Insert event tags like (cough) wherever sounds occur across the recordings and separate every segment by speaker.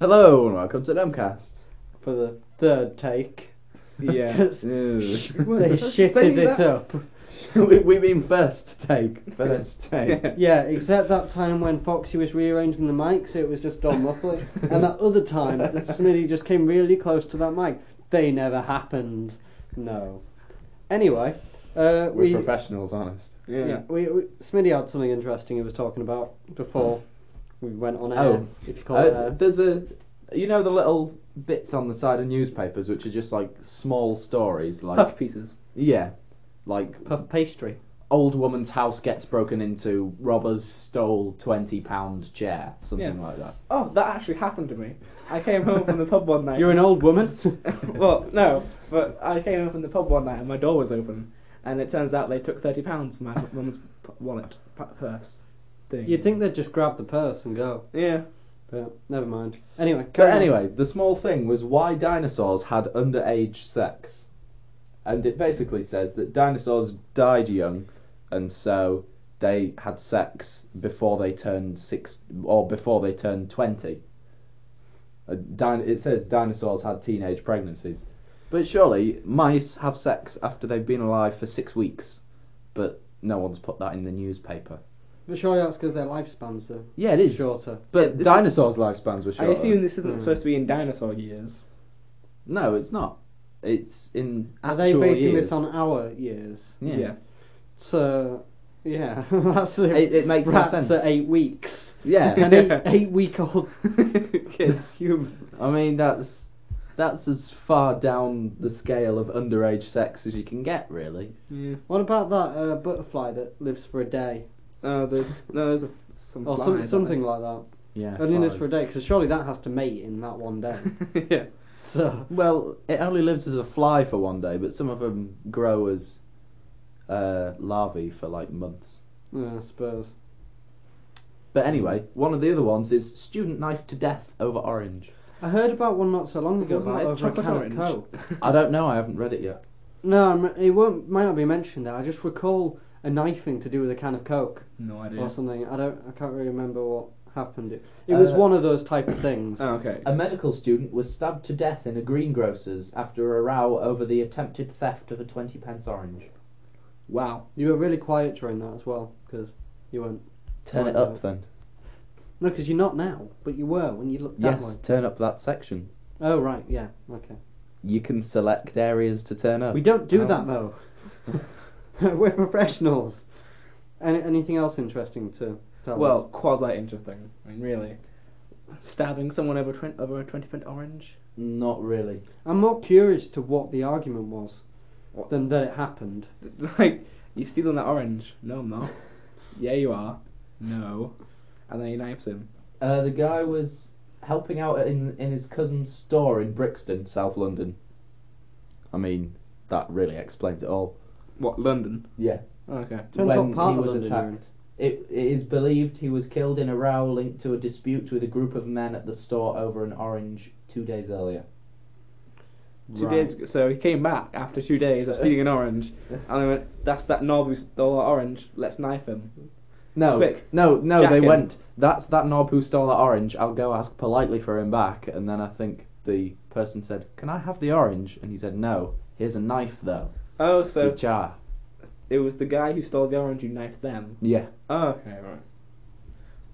Speaker 1: Hello and welcome to Dumbcast.
Speaker 2: for the third take.
Speaker 1: Yeah.
Speaker 2: (laughs) 'Cause
Speaker 1: (laughs)
Speaker 2: They shitted it up.
Speaker 1: we, we mean first take. (laughs) First take.
Speaker 2: Yeah, except that time when Foxy was rearranging the mic, so it was just Don Muffley. and that other time
Speaker 1: (laughs)
Speaker 2: that Smitty just came really close to that mic. They never happened. No. Anyway, uh,
Speaker 1: We're
Speaker 2: we,
Speaker 1: professionals, honest.
Speaker 2: yeah. we, we Smitty had something interesting he was talking about before we went on air.
Speaker 1: Oh.
Speaker 2: if you call it
Speaker 1: Uh,
Speaker 2: air.
Speaker 1: there's a, you know, the little bits on the side of newspapers which are just like small stories, like
Speaker 3: Puff pieces.
Speaker 1: yeah, like
Speaker 3: Puff pastry.
Speaker 1: old woman's house gets broken into, robbers stole twenty pound chair, something
Speaker 3: Yeah.
Speaker 1: like that.
Speaker 3: Oh, that actually happened to me. I came home from the pub one night.
Speaker 2: You're an old
Speaker 1: (laughs)
Speaker 2: woman.
Speaker 3: (laughs) well, no, but I came home from the pub one night and my door was open, and it turns out they took thirty pounds from my (laughs) mum's p- wallet, p- purse thing.
Speaker 2: You'd think they'd just grab the purse and go,
Speaker 3: Yeah.
Speaker 2: but never mind. Anyway,
Speaker 1: But
Speaker 2: carry on.
Speaker 1: anyway, the small thing was why dinosaurs had underage sex. And it basically says that dinosaurs died young, and so they had sex before they turned six or before they turned twenty. A din- it says dinosaurs had teenage pregnancies, but surely mice have sex after they've been alive for six weeks. But no one's put that in the newspaper.
Speaker 2: But surely that's because their lifespans are
Speaker 1: Yeah, it is.
Speaker 2: shorter.
Speaker 1: But
Speaker 3: This-
Speaker 1: dinosaurs' lifespans were short.
Speaker 3: I assume this isn't
Speaker 2: Mm.
Speaker 3: supposed to be in dinosaur years.
Speaker 1: No, it's not. It's in
Speaker 2: Are
Speaker 1: actual
Speaker 2: they basing
Speaker 1: years.
Speaker 2: this on our years?
Speaker 1: Yeah.
Speaker 2: So, yeah, (laughs) that's the
Speaker 1: It, it makes no
Speaker 2: rats
Speaker 1: sense.
Speaker 2: at eight weeks. (laughs)
Speaker 1: Yeah,
Speaker 2: An eight, eight week old. (laughs)
Speaker 3: (laughs) Kids, human.
Speaker 1: I mean that's that's as far down the scale of underage sex as you can get, really.
Speaker 3: Yeah.
Speaker 2: What about that uh, butterfly that lives for a day,
Speaker 3: Oh, there's no, there's a, some.
Speaker 2: or
Speaker 3: flies,
Speaker 2: Oh, some,
Speaker 3: aren't
Speaker 2: something like that?
Speaker 1: Yeah.
Speaker 2: Only lives for a day because surely that has to mate in that one
Speaker 3: (laughs)
Speaker 2: day.
Speaker 3: there? yeah.
Speaker 2: so
Speaker 1: Well, it only lives as a fly for one day, but some of them grow as uh, larvae for like months.
Speaker 2: yeah, I suppose.
Speaker 1: But anyway, one of the other ones is student knifed to death over orange.
Speaker 2: I heard about one not so long ago
Speaker 3: Wasn't
Speaker 2: about
Speaker 3: it
Speaker 2: over a
Speaker 3: chocolate
Speaker 2: can
Speaker 3: orange?
Speaker 2: of Coke.
Speaker 1: I don't know. I haven't read it yet.
Speaker 2: No, I'm- it won't, might not be mentioned there. I just recall a knifing to do with a can of Coke
Speaker 3: No idea.
Speaker 2: or something. I don't. I can't really remember what happened. It, it was
Speaker 1: Uh,
Speaker 2: one of those type of things.
Speaker 3: Oh, okay.
Speaker 1: A medical student was stabbed to death in a greengrocer's after a row over the attempted theft of a 20 pence orange.
Speaker 3: wow.
Speaker 2: You were really quiet during that as well, because you weren't.
Speaker 1: Turn it up then.
Speaker 2: No, because you're not now, but you were when you looked that
Speaker 1: yes,
Speaker 2: way.
Speaker 1: turn up that section.
Speaker 2: Oh right, yeah, okay.
Speaker 1: You can select areas to turn up.
Speaker 2: We don't do
Speaker 1: Oh.
Speaker 2: that though. (laughs) we're professionals. Any, anything else interesting to tell
Speaker 3: Well,
Speaker 2: us?
Speaker 3: quasi interesting. I mean, really, stabbing someone over twen- over a twenty pint orange. (laughs)
Speaker 1: Not really.
Speaker 2: I'm more curious to what the argument was
Speaker 3: What?
Speaker 2: than that it happened.
Speaker 3: Like, you stealing that orange? No, I'm not. yeah, you are. No. And then he knifes him.
Speaker 1: Uh, the guy was helping out in, in his cousin's store in Brixton, South London. I mean, that really explains it all.
Speaker 3: What? London? Oh,
Speaker 1: Yeah.
Speaker 3: Okay.
Speaker 2: Depends
Speaker 1: when
Speaker 2: what part
Speaker 1: he
Speaker 2: of
Speaker 1: was
Speaker 2: London you're in.
Speaker 1: attacked. It, it is believed he was killed in a row linked to a dispute with a group of men at the store over an orange two days earlier.
Speaker 3: Two
Speaker 2: Right.
Speaker 3: days. ago- So he came back after two days of stealing an orange, and they went, "That's that knob who stole our orange. Let's knife him."
Speaker 1: No,
Speaker 3: Quick,
Speaker 1: no, no.
Speaker 3: jack
Speaker 1: they
Speaker 3: him.
Speaker 1: went. That's that knob who stole that orange. I'll go ask politely for him back. And then I think the person said, "Can I have the orange?" And he said, "No. Here's a knife, though. uh,
Speaker 3: Oh, so
Speaker 1: the jar."
Speaker 3: it was the guy who stole the orange who knifed them.
Speaker 1: Yeah.
Speaker 3: Oh, okay, right.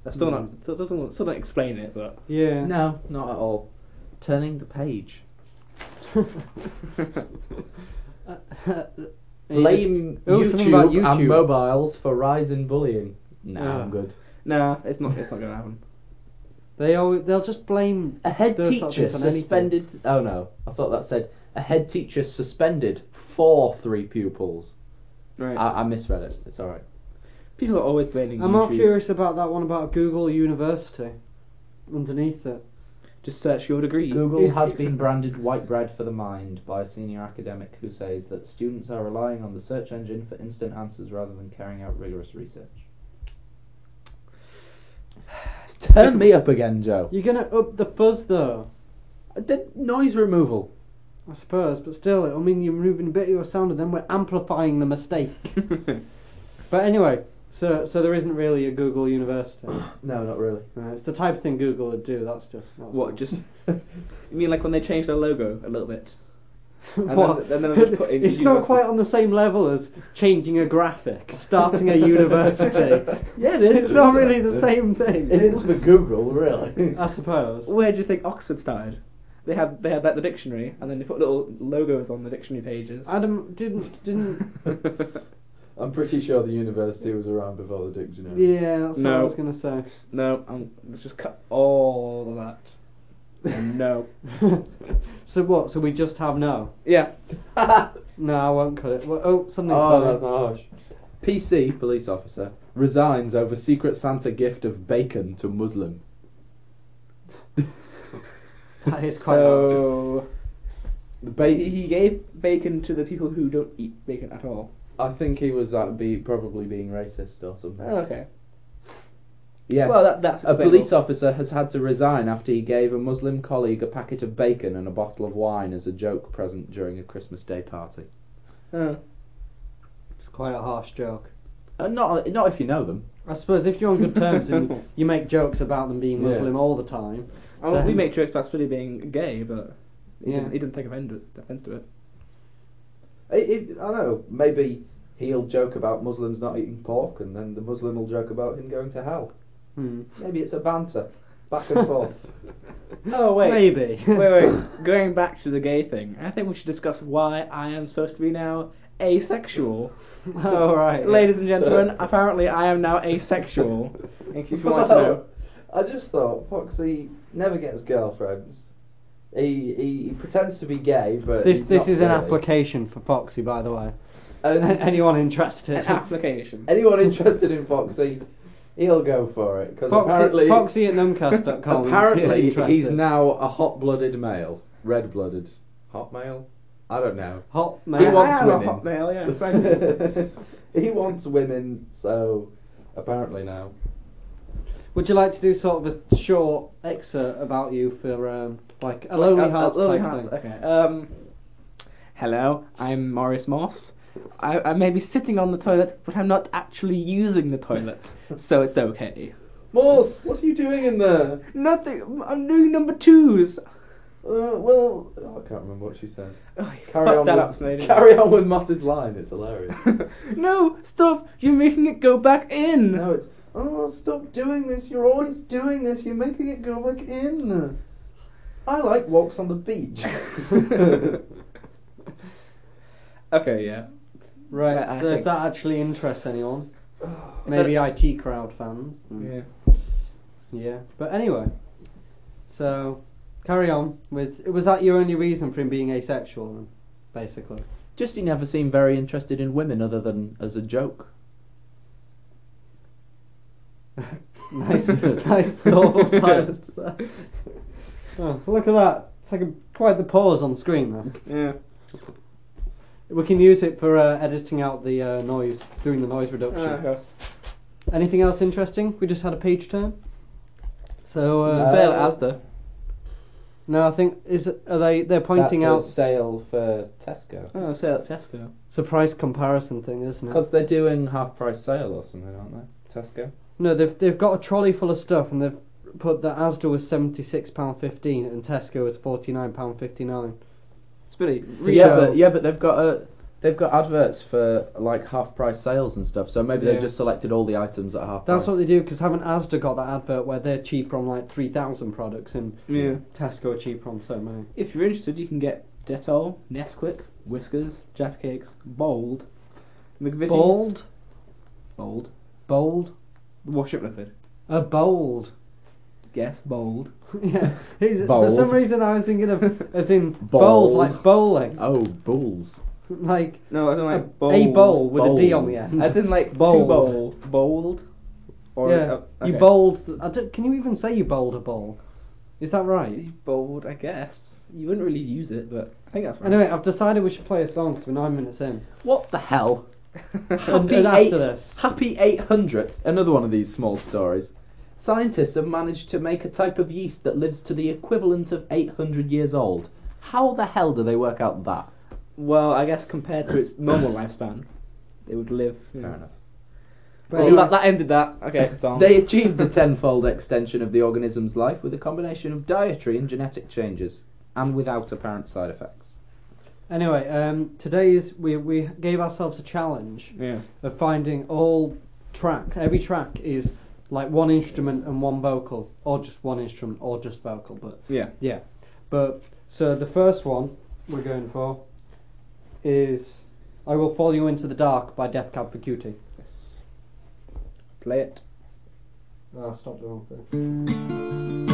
Speaker 3: That's still not. Still doesn't. Still don't explain it, but.
Speaker 2: Yeah. (laughs)
Speaker 1: (laughs) No, not at all. Turning the page.
Speaker 2: Uh, And you
Speaker 1: Blame
Speaker 2: Oh, something
Speaker 1: YouTube,
Speaker 2: about
Speaker 1: and
Speaker 2: YouTube.
Speaker 1: mobiles for rise in bullying. Nah,
Speaker 2: Yeah.
Speaker 1: I'm good.
Speaker 3: Nah, it's not. It's not gonna happen.
Speaker 2: just- they always, they'll just blame
Speaker 1: A head
Speaker 2: those sort of
Speaker 1: teacher
Speaker 2: things on anything.
Speaker 1: suspended. Oh no, I thought that said a head teacher suspended for three pupils.
Speaker 3: Right.
Speaker 1: I, I misread it. It's all right.
Speaker 3: People are always blaming
Speaker 2: Uh, I'm more
Speaker 3: YouTube.
Speaker 2: curious about that one about Google University. Underneath it.
Speaker 3: Just search your degree. (laughs)
Speaker 1: Google
Speaker 2: Is-
Speaker 1: has been branded white bread for the mind by a senior academic who says that students are relying on the search engine for instant answers rather than carrying out
Speaker 2: (sighs)
Speaker 1: rigorous research. Turn me up again, Joe.
Speaker 2: You're gonna up the fuzz though.
Speaker 1: I did noise removal.
Speaker 2: I suppose, but still, it'll mean you're removing a bit of your sound and then we're amplifying the mistake. but anyway, So, so there isn't really a Google University.
Speaker 1: No, not really.
Speaker 2: Right, it's the type of thing Google would do. That's just that's
Speaker 3: What?
Speaker 2: all. (laughs)
Speaker 3: Just you mean like when they changed their logo a little bit? then-
Speaker 2: what?
Speaker 3: and then they'll just put
Speaker 2: (laughs)
Speaker 3: in
Speaker 2: it's not
Speaker 3: university.
Speaker 2: quite on the same level as changing a graphic, starting a
Speaker 3: (laughs)
Speaker 2: university.
Speaker 3: Yeah,
Speaker 2: (laughs)
Speaker 3: it
Speaker 2: it's,
Speaker 3: is.
Speaker 2: not
Speaker 3: It's-
Speaker 2: really the same thing.
Speaker 1: It is for Google, really.
Speaker 2: I suppose.
Speaker 3: Where do you think Oxford started? They had they had like the dictionary, and then they put little logos on the dictionary pages.
Speaker 2: Adam didn't didn't.
Speaker 1: (laughs)
Speaker 3: (laughs)
Speaker 1: I'm pretty sure the university was around before the dictionary.
Speaker 2: Yeah, that's what I
Speaker 3: No.
Speaker 2: was gonna say.
Speaker 3: no, I'm, let's just cut all of that. no.
Speaker 2: (laughs) so what? So we just have no.
Speaker 3: Yeah.
Speaker 2: No, I won't cut it. Well, oh, something.
Speaker 1: Oh,
Speaker 2: funny.
Speaker 1: that's harsh. PC police officer resigns over Secret Santa gift of bacon to Muslim.
Speaker 2: (laughs) That is quite. harsh.
Speaker 3: So
Speaker 1: The
Speaker 3: he,
Speaker 1: ba-
Speaker 3: he gave bacon to the people who don't eat bacon at all.
Speaker 1: I think he was uh, be probably being racist or something.
Speaker 3: Oh, okay.
Speaker 1: Yes.
Speaker 3: Well, that, that's
Speaker 1: a
Speaker 3: explainable.
Speaker 1: police officer has had to resign after he gave a Muslim colleague a packet of bacon and a bottle of wine as a joke present during a Christmas Day party.
Speaker 3: Uh,
Speaker 2: (laughs) It's quite a harsh joke.
Speaker 1: And Uh, not not if you know them.
Speaker 2: I suppose if you're on good terms
Speaker 3: (laughs)
Speaker 2: and you make jokes about them being Muslim all the time,
Speaker 3: I mean, we
Speaker 2: Then-
Speaker 3: make jokes about Spidey being gay, but he
Speaker 2: Yeah.
Speaker 3: didn't, he didn't take offend to- offense to it.
Speaker 1: It, it, I don't know. Maybe he'll joke about Muslims not eating pork, and then the Muslim will joke about him going to hell.
Speaker 2: hmm.
Speaker 1: Maybe it's a banter, back (laughs)
Speaker 2: (laughs)
Speaker 1: and forth.
Speaker 3: Oh wait,
Speaker 2: maybe.
Speaker 3: (laughs) wait, wait. Going back to the gay thing, I think we should discuss why I am supposed to be now asexual.
Speaker 2: (laughs) all right,
Speaker 3: Ladies and gentlemen, apparently I am now asexual.
Speaker 2: (laughs)
Speaker 3: If you want to know,
Speaker 1: I just thought Foxy never gets girlfriends. He, he, he pretends to be gay, but
Speaker 2: This
Speaker 1: he's
Speaker 2: this
Speaker 1: not
Speaker 2: is an
Speaker 1: really.
Speaker 2: application for Foxy, by the way. (laughs)
Speaker 1: And
Speaker 2: Anyone interested?
Speaker 3: an application.
Speaker 1: (laughs) anyone interested in Foxy, he'll go for it because
Speaker 2: Foxy,
Speaker 1: apparently,
Speaker 2: Foxy at
Speaker 1: (laughs)
Speaker 2: numcast.com. if you're
Speaker 1: apparently he's
Speaker 2: interested.
Speaker 1: now a hot-blooded male, red-blooded, hot male. I don't know.
Speaker 2: hot
Speaker 1: He
Speaker 2: man.
Speaker 1: wants
Speaker 3: I am
Speaker 1: women.
Speaker 3: a hot male, yeah. frankly.
Speaker 1: (laughs) he wants women, so apparently now.
Speaker 2: (laughs) Would you like to do sort of a short excerpt about you for um, like a lonely
Speaker 3: Uh,
Speaker 2: heart
Speaker 3: uh, Lonely
Speaker 2: type
Speaker 3: Hearts,
Speaker 2: thing?
Speaker 3: Okay. Um, hello, I'm Maurice Moss. I, I may be sitting on the toilet, but I'm not actually using the (laughs) toilet, so it's okay.
Speaker 1: Morse, what are you doing in there?
Speaker 3: Nothing. I'm doing number twos.
Speaker 1: Uh, well, oh, I can't remember what she said.
Speaker 3: Oh, you
Speaker 1: Carry
Speaker 3: fucked
Speaker 1: on
Speaker 3: that
Speaker 1: with,
Speaker 3: up, mate.
Speaker 1: Carry on with Moss's line. It's (laughs) hilarious.
Speaker 3: (laughs) no, stop! You're making it go back in.
Speaker 1: no, it's oh, stop doing this. You're always doing this. You're making it go back in. I like walks on the beach.
Speaker 3: (laughs) Okay, yeah.
Speaker 2: Right.
Speaker 3: I- I
Speaker 2: so if
Speaker 3: think-
Speaker 2: that actually interests anyone, maybe IT crowd fans.
Speaker 3: Yeah.
Speaker 2: Yeah. But anyway, so carry on with. Was that your only reason for him being asexual, then, basically?
Speaker 1: (laughs)
Speaker 2: (laughs)
Speaker 1: Just he never seemed very interested in women other than as a joke.
Speaker 2: nice, (laughs)
Speaker 3: (laughs)
Speaker 2: nice thoughtful silence there. Oh, look at that. It's like a, quite the pause on screen there.
Speaker 3: Yeah.
Speaker 2: We can use it for uh, editing out the uh, noise, doing the noise reduction.
Speaker 3: Ah, gosh.
Speaker 2: Anything else interesting? We just had a page turn. So uh,
Speaker 1: Uh,
Speaker 3: Sale at Asda.
Speaker 2: no, I think is are they they're pointing out
Speaker 1: sale for Tesco
Speaker 3: Oh, sale at Tesco.
Speaker 2: it's a price comparison thing, isn't it?
Speaker 1: because they're doing half price sale or something, aren't they? Tesco.
Speaker 2: No, they've they've got a trolley full of stuff and they've put that Asda was seventy six pound fifteen and Tesco was forty nine pound fifty nine.
Speaker 3: Spilly.
Speaker 2: To
Speaker 1: yeah,
Speaker 2: show-
Speaker 1: but yeah, but they've got a. They've got adverts for like half price sales and stuff, so maybe
Speaker 2: Yeah.
Speaker 1: they've just selected all the items at half
Speaker 2: That's
Speaker 1: price.
Speaker 2: what they do because haven't Asda got that advert where they're cheaper on like three thousand products and
Speaker 3: Yeah.
Speaker 2: Tesco are cheaper on so many.
Speaker 3: If you're interested, you can get Dettol, Nesquik, Whiskers, Jaffa Cakes, Bold, McVitie's.
Speaker 2: Bold,
Speaker 3: Bold.
Speaker 2: bold,
Speaker 3: Wash up liquid.
Speaker 2: a bold.
Speaker 3: Yes, Bold.
Speaker 2: (laughs) yeah, he's, for
Speaker 1: Bold.
Speaker 2: some reason I was thinking of as in bold,
Speaker 1: Bold.
Speaker 2: like bowling,
Speaker 1: Oh, bulls.
Speaker 2: like
Speaker 3: No, I don't
Speaker 2: a,
Speaker 3: like Bold.
Speaker 2: a bowl with a D on the (laughs)
Speaker 1: Bowls.
Speaker 2: end.
Speaker 3: As in like
Speaker 2: Bold.
Speaker 3: two bowl. Bold. Or
Speaker 2: yeah,
Speaker 3: oh,
Speaker 2: you
Speaker 3: okay.
Speaker 2: bowled. I don't, can you even say you bowled a bowl? Is that right?
Speaker 3: You Bold, I guess. You wouldn't really use it, but I think that's right.
Speaker 2: Anyway, I've decided we should play a song because we're nine minutes in.
Speaker 1: What the (laughs) hell?
Speaker 2: And,
Speaker 1: Happy
Speaker 2: and
Speaker 1: eight-
Speaker 2: after this,
Speaker 1: Happy 800th, another one of these small stories. Scientists have managed to make a type of yeast that lives to the equivalent of 800 years old. How the hell do they work out that?
Speaker 3: Well, I guess compared to its normal lifespan, it would live. you know.
Speaker 2: But
Speaker 3: Well,
Speaker 2: anyway,
Speaker 3: that, that ended that. Okay, so
Speaker 1: They achieved the tenfold extension of the organism's life with a combination of dietary and genetic changes, and without apparent side effects.
Speaker 2: anyway, um, today's we we gave ourselves a challenge
Speaker 3: yeah.
Speaker 2: of finding all tracks. Every track is like one instrument and one vocal, or just one instrument or just vocal. But
Speaker 3: Yeah.
Speaker 2: yeah, but so the first one we're going for is "I Will Follow You Into the Dark" by Death Cab for Cutie.
Speaker 3: Yes. Play it.
Speaker 2: Oh, stop the wrong thing.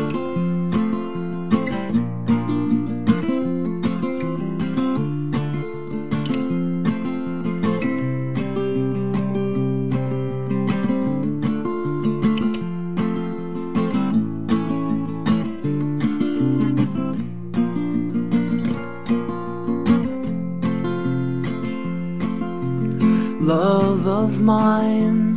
Speaker 4: love of mine.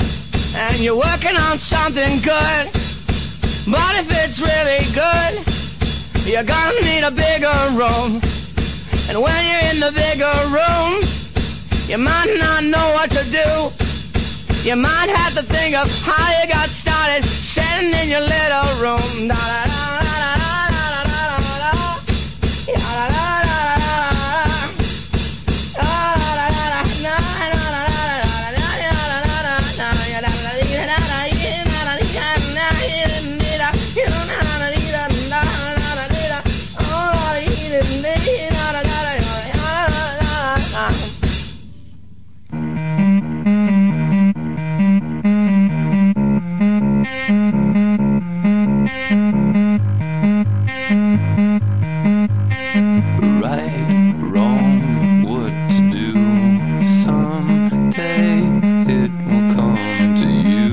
Speaker 5: and you're working on something good. But if it's really good, you're gonna need a bigger room. And when you're in the bigger room, you might not know what to do. You might have to think of how you got started sitting in your little room. Da-da-da-da-da-da-da-da.
Speaker 6: right, wrong, what to do. Someday it will come to you.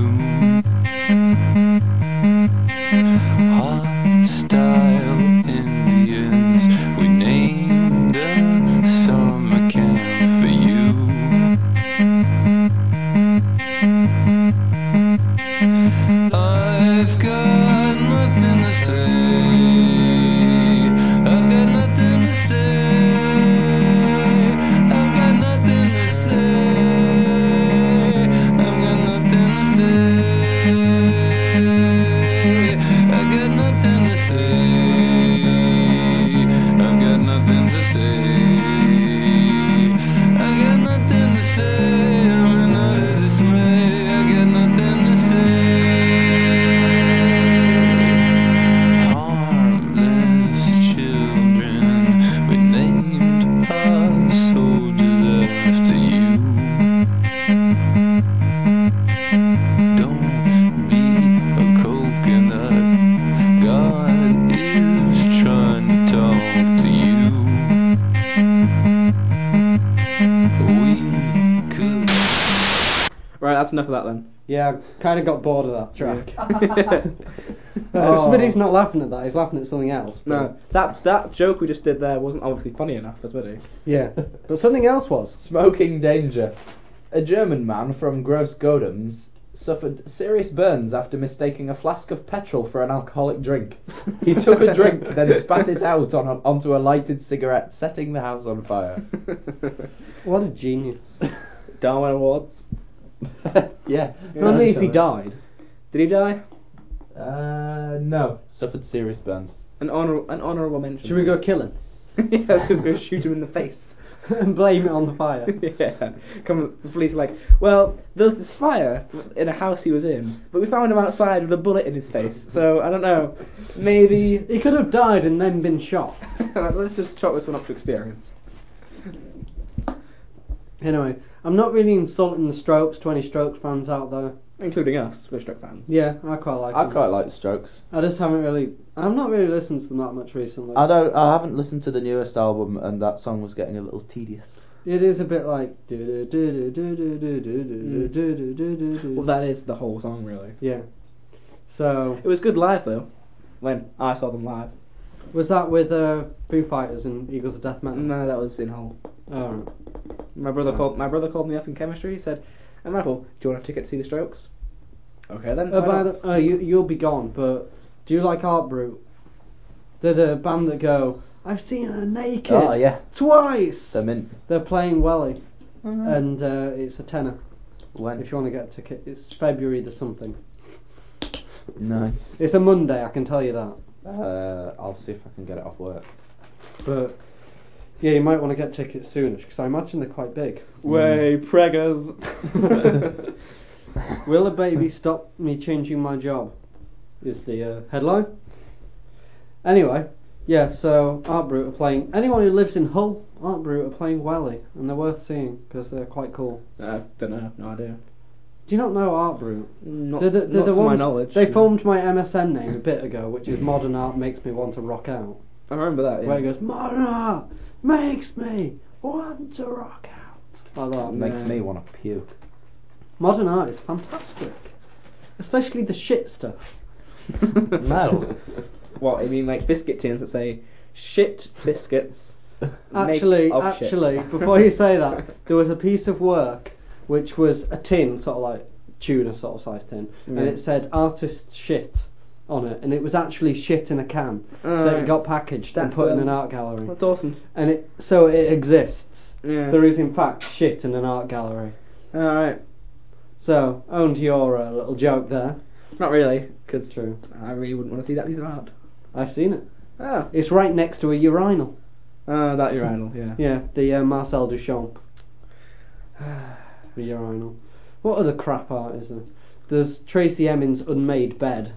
Speaker 6: Hostile Indians, we named a summer camp for you. I've got nothing to say. I've got nothing to say. I've got nothing to say. I've got nothing to say. I've got nothing to say. I've got nothing to say. I've got nothing to say. I'm in utter dismay. I got nothing to say. Harmless children, we named our soldiers after you. Don't be a coconut. God is trying to talk to you. We could.
Speaker 3: right, that's enough of that then.
Speaker 2: Yeah, I kind of got bored of that track. (laughs)
Speaker 3: Oh.
Speaker 2: Uh, Smitty's not laughing at that, he's laughing at something else. but-
Speaker 3: No, that (laughs) that joke we just did there wasn't obviously funny enough for (laughs) Smitty.
Speaker 2: Yeah, but something else was.
Speaker 1: Smoking danger. A German man from Gross Godems suffered serious burns after mistaking a flask of petrol for an alcoholic drink. He took a drink, then spat it out on a, onto a lighted cigarette, setting the house on (laughs) fire.
Speaker 2: What a (laughs) genius.
Speaker 3: Darwin Awards.
Speaker 1: (laughs) yeah.
Speaker 2: Only
Speaker 1: that's
Speaker 2: if he
Speaker 1: it.
Speaker 2: died.
Speaker 3: Did he die?
Speaker 1: Uh, no. Suffered serious burns.
Speaker 3: An honor an honourable mention.
Speaker 2: Should we go kill him?
Speaker 3: (laughs) yeah, let's just go shoot him in the face.
Speaker 2: (laughs) and blame it on the fire.
Speaker 3: (laughs) yeah. Come the police are like, well, there was this fire in a house he was in, but we found him outside with a bullet in his face. So I don't know.
Speaker 2: (laughs)
Speaker 3: Maybe (laughs)
Speaker 2: He could have died and then been shot.
Speaker 3: let's just chalk this one up to experience.
Speaker 2: Anyway, I'm not really insulting the Strokes, 20 Strokes fans out there.
Speaker 3: Including us, we're Stroke fans.
Speaker 2: Yeah, I quite like
Speaker 1: I
Speaker 2: them.
Speaker 1: quite like Strokes.
Speaker 2: I just haven't really. I've not really listened to them that much recently.
Speaker 1: I don't. I haven't listened to the newest album, and that song was getting a little tedious.
Speaker 2: It is a bit like. do do do do do do do do do do do do do do.
Speaker 3: Well that is the whole song really.
Speaker 2: Yeah. So
Speaker 3: It was good live though. When I saw them live.
Speaker 2: was that with uh, Foo Fighters and Eagles of Death Metal?
Speaker 3: No, that was in Hull.
Speaker 2: Oh, right.
Speaker 3: My brother called. My brother called me up in chemistry. He said, "Hey Michael, do you want a ticket to see the Strokes?" Okay then.
Speaker 2: Oh,
Speaker 3: why
Speaker 2: by
Speaker 3: not?
Speaker 2: the, oh, you you'll be gone. But do you like Art Brute? They're the band that go. I've seen her naked
Speaker 1: Oh yeah,
Speaker 2: twice.
Speaker 1: the mint.
Speaker 2: They're playing Welly, and uh, it's a tenner.
Speaker 1: When
Speaker 2: If you want to get a ticket, it's February the something.
Speaker 1: nice.
Speaker 2: It's a Monday, I can tell you that.
Speaker 1: Uh, I'll see if I can get it off work.
Speaker 2: But yeah, you might want to get tickets soonish because I imagine they're quite big.
Speaker 3: way (laughs) preggers.
Speaker 2: Will a baby stop me changing my job? Is the uh, headline. Anyway, yeah, so Art Brute are playing. Anyone who lives in Hull, Art Brute are playing Welly, and they're worth seeing because they're quite cool.
Speaker 3: I Uh, don't know. No idea.
Speaker 2: Do you not know Art Brute?
Speaker 3: Not,
Speaker 2: They're the- they're
Speaker 3: not
Speaker 2: the
Speaker 3: to
Speaker 2: ones-
Speaker 3: my knowledge.
Speaker 2: They formed my MSN name a bit ago, which is Modern Art Makes Me Want to Rock Out.
Speaker 3: I remember that. Yeah.
Speaker 2: Where he goes, Mona makes me want to rock out. Like that.
Speaker 1: Makes me want to puke.
Speaker 2: Modern art is fantastic. Especially the shit stuff.
Speaker 3: (laughs)
Speaker 1: No.
Speaker 3: What I mean, like biscuit tins that say "shit biscuits." make
Speaker 2: Actually,
Speaker 3: of shit."
Speaker 2: actually, before you say
Speaker 3: (laughs)
Speaker 2: that, there was a piece of work which was a tin, sort of like tuna sort of size tin,
Speaker 3: Yeah.
Speaker 2: and it said artist shit on it, and it was actually shit in a can that
Speaker 3: Alright.
Speaker 2: got packaged and
Speaker 3: That's,
Speaker 2: put in
Speaker 3: um,
Speaker 2: an art gallery.
Speaker 3: That's awesome.
Speaker 2: and it so it exists.
Speaker 3: Yeah.
Speaker 2: There is in fact shit in an art gallery.
Speaker 3: All right.
Speaker 2: So owned your uh, little joke there.
Speaker 3: Not really, because
Speaker 2: True.
Speaker 3: I really wouldn't want to see that piece of art.
Speaker 2: I've seen it.
Speaker 3: Ah,
Speaker 2: It's right next to a urinal.
Speaker 3: ah, that urinal. Yeah.
Speaker 2: Yeah, the uh, Marcel Duchamp. (sighs) the urinal. What other crap art is there? There's Tracy Emin's unmade bed.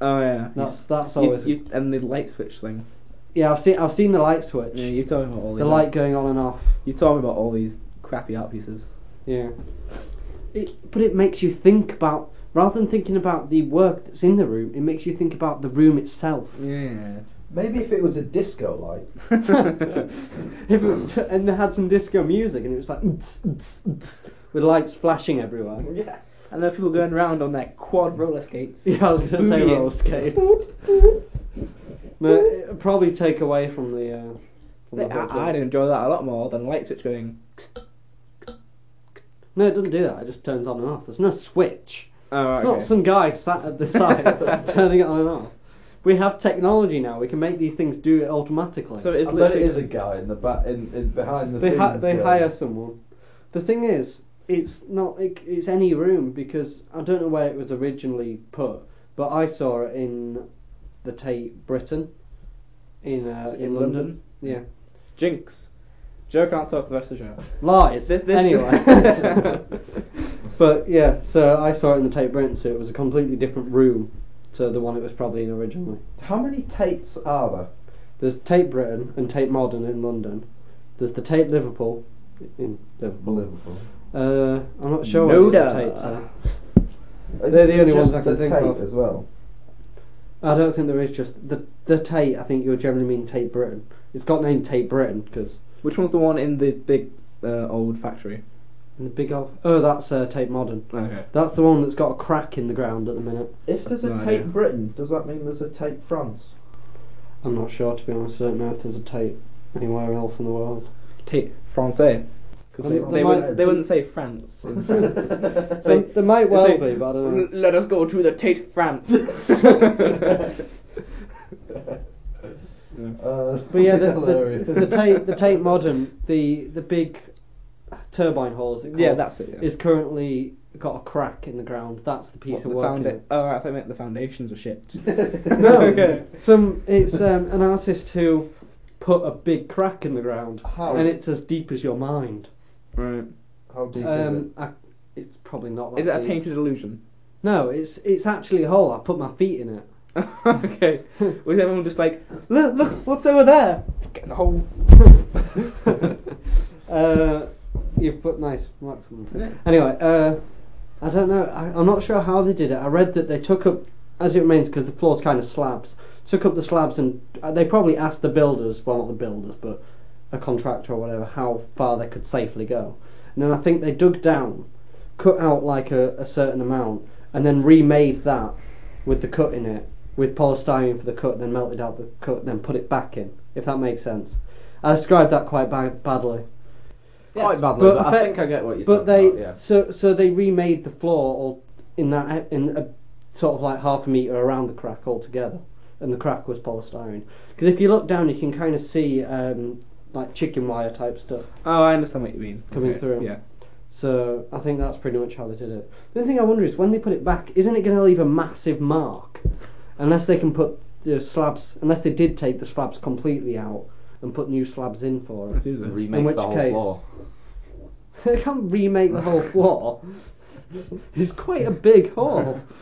Speaker 3: Oh yeah.
Speaker 2: That's that's
Speaker 3: You-
Speaker 2: always
Speaker 3: you- and the light switch thing.
Speaker 2: yeah. I've seen I've seen the light switch.
Speaker 3: Yeah, you told me about all these.
Speaker 2: the light going on and off.
Speaker 3: You told me about all these crappy art pieces.
Speaker 2: Yeah. It, but it makes you think about rather than thinking about the work that's in the room, it makes you think about the room
Speaker 3: (laughs)
Speaker 2: itself. (laughs)
Speaker 3: Yeah.
Speaker 7: Maybe if it was a disco light.
Speaker 2: If it- and they had some disco music, and it was like (laughs) "Ts, ts, ts," with lights flashing everywhere.
Speaker 7: Yeah.
Speaker 3: And there are people going around on their quad roller
Speaker 2: (laughs)
Speaker 3: skates. (laughs)
Speaker 2: Yeah, I was going to say
Speaker 3: Booming it.
Speaker 2: roller skates. no, it'd probably take away from the. Uh, from the whole
Speaker 3: I, I'd
Speaker 2: thing.
Speaker 3: enjoy that a lot more than a light switch going.
Speaker 2: No, it doesn't do that. It just turns on and off. There's no switch.
Speaker 3: Oh,
Speaker 2: It's not some guy sat at the side (laughs) turning it on and off. We have technology now. We can make these things do it automatically.
Speaker 3: so it's
Speaker 7: I bet it
Speaker 3: literally
Speaker 7: is a guy in the back, in, in behind the
Speaker 2: they
Speaker 7: scenes.
Speaker 2: hi- they
Speaker 7: going,
Speaker 2: hire someone. The thing is, it's not it, it's any room because I don't know where it was originally put, but I saw it in the Tate Britain in uh,
Speaker 3: Is it
Speaker 2: in
Speaker 3: in
Speaker 2: London. Yeah,
Speaker 3: jinx. Joe can't talk for the rest of the show.
Speaker 2: lies.
Speaker 3: Thi- this- (laughs)
Speaker 2: Anyway, (laughs) but yeah, so I saw it in the Tate Britain, so it was a completely different room to the one it was probably in originally.
Speaker 7: How many Tates are there?
Speaker 2: There's Tate Britain and Tate Modern in London. There's the Tate Liverpool in Liverpool.
Speaker 7: Unbelievable.
Speaker 2: Uh, I'm not sure
Speaker 3: No
Speaker 2: what the
Speaker 3: doubt.
Speaker 2: other Tates are.
Speaker 7: Is
Speaker 2: They're
Speaker 7: it
Speaker 2: the only
Speaker 7: just
Speaker 2: ones I can
Speaker 7: the
Speaker 2: think
Speaker 7: Tate
Speaker 2: of.
Speaker 7: as well.
Speaker 2: I don't think there is just the the Tate. I think you'll generally mean Tate Britain. It's got named Tate Britain because
Speaker 3: Which one's the one in the big uh, old factory?
Speaker 2: in the big of oh that's uh, Tate Modern.
Speaker 3: Okay.
Speaker 2: That's the one that's got a crack in the ground at the minute.
Speaker 7: If there's a
Speaker 3: No
Speaker 7: Tate
Speaker 3: idea.
Speaker 7: Britain, does that mean there's a Tate France?
Speaker 2: I'm not sure to be honest. I don't know if there's a Tate anywhere else in the world.
Speaker 3: Take Francais. Because
Speaker 2: And
Speaker 3: they,
Speaker 2: it-
Speaker 3: they,
Speaker 2: there
Speaker 7: might
Speaker 3: wouldn't, they
Speaker 7: be-
Speaker 3: wouldn't say (laughs) France. in France.
Speaker 2: So
Speaker 3: Say-
Speaker 2: there might well
Speaker 3: say,
Speaker 2: be, but I don't know.
Speaker 3: Let us go to the Tate
Speaker 2: (laughs)
Speaker 3: France. (laughs)
Speaker 7: (laughs) Uh,
Speaker 2: But yeah,
Speaker 1: (laughs)
Speaker 2: the, the,
Speaker 7: hilarious. (laughs)
Speaker 2: the Tate the Tate Modern the the big turbine hall is it
Speaker 3: yeah,
Speaker 2: called,
Speaker 3: that's it. Yeah.
Speaker 2: is currently got a crack in the ground. That's the piece
Speaker 3: What, the
Speaker 2: of work. in it.
Speaker 3: founda- oh, right, I thought you meant the foundations were
Speaker 2: (laughs)
Speaker 3: shit.
Speaker 2: No,
Speaker 3: (laughs) Okay.
Speaker 2: some it's um, an artist who put a big crack in the ground,
Speaker 7: How?
Speaker 2: and it's as deep as your mind.
Speaker 3: Right.
Speaker 7: How deep is it?
Speaker 2: Um, I, it's probably not. That
Speaker 3: Is it a
Speaker 2: deep.
Speaker 3: painted illusion?
Speaker 2: (laughs) No, it's it's actually a hole. I put my feet in
Speaker 3: (laughs)
Speaker 2: it. (laughs)
Speaker 3: okay. Was everyone just like, look, look, what's over there? Get in the
Speaker 2: (laughs)
Speaker 3: hole.
Speaker 2: Uh, you've put nice marks on them.
Speaker 3: Yeah.
Speaker 2: Anyway, uh, I don't know. I, I'm not sure how they did it. I read that they took up, as it remains, because the floor's kind of slabs. Took up the slabs and uh, they probably asked the builders, well, not the builders, but a contractor or whatever, how far they could safely go. And then I think they dug down, cut out like a, a certain amount, and then remade that with the cut in it, with polystyrene for the cut, then melted out the cut, then put it back in. If that makes sense. I described that quite ba- badly.
Speaker 1: Quite badly, but,
Speaker 2: but
Speaker 1: I
Speaker 2: effect-
Speaker 1: think I get what you're
Speaker 2: But they
Speaker 1: talking about, yeah.
Speaker 2: so so they remade the floor all in that in a sort of like half a meter around the crack altogether, and the crack was polystyrene. Because if you look down, you can kind of see um, like chicken wire type stuff.
Speaker 3: Oh, I understand what you mean.
Speaker 2: Coming
Speaker 3: Okay,
Speaker 2: through.
Speaker 3: Yeah.
Speaker 2: So I think that's pretty much how they did it. The only thing I wonder is when they put it back, isn't it going to leave a massive mark? Unless they can put the slabs, unless they did take the slabs completely out and put new slabs in for it.
Speaker 1: Remake
Speaker 2: In which
Speaker 1: the whole
Speaker 2: case-
Speaker 1: floor.
Speaker 2: (laughs) they can't remake the whole floor. (laughs) it's quite a big hall.
Speaker 3: (laughs)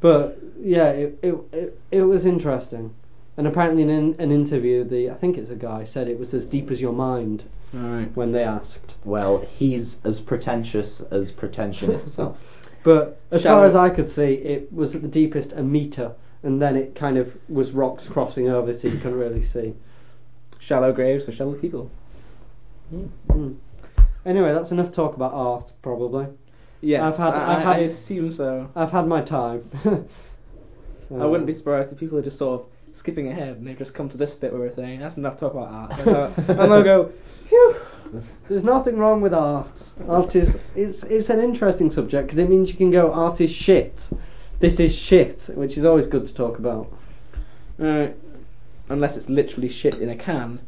Speaker 2: But yeah, it it, it, it was interesting. And apparently, in an, an interview, the I think it's a guy said it was as deep as your mind
Speaker 3: All right.
Speaker 2: when they asked.
Speaker 1: Well, he's as pretentious
Speaker 2: (laughs)
Speaker 1: as pretension itself.
Speaker 2: But as
Speaker 3: Shall
Speaker 2: far
Speaker 3: we-
Speaker 2: as I could see, it was at the deepest a meter and then it kind of was rocks crossing over, so you couldn't really see.
Speaker 3: Shallow graves for shallow people.
Speaker 2: Mm. Anyway, that's enough talk about art, probably.
Speaker 3: Yes,
Speaker 2: I've had-
Speaker 3: I,
Speaker 2: I've had-
Speaker 3: I assume so.
Speaker 2: I've had my time. (laughs) Oh.
Speaker 3: I wouldn't be surprised if people are just sort of skipping ahead and they've just come to this bit where we're saying that's enough talk about
Speaker 2: (laughs)
Speaker 3: art. And they'll- and they'll go, phew.
Speaker 2: There's nothing wrong with art. Art is it's it's an interesting subject because it means you can go art is shit. This is shit, which is always good to talk about. (laughs)
Speaker 3: Alright. Uh, Unless it's literally shit in a can,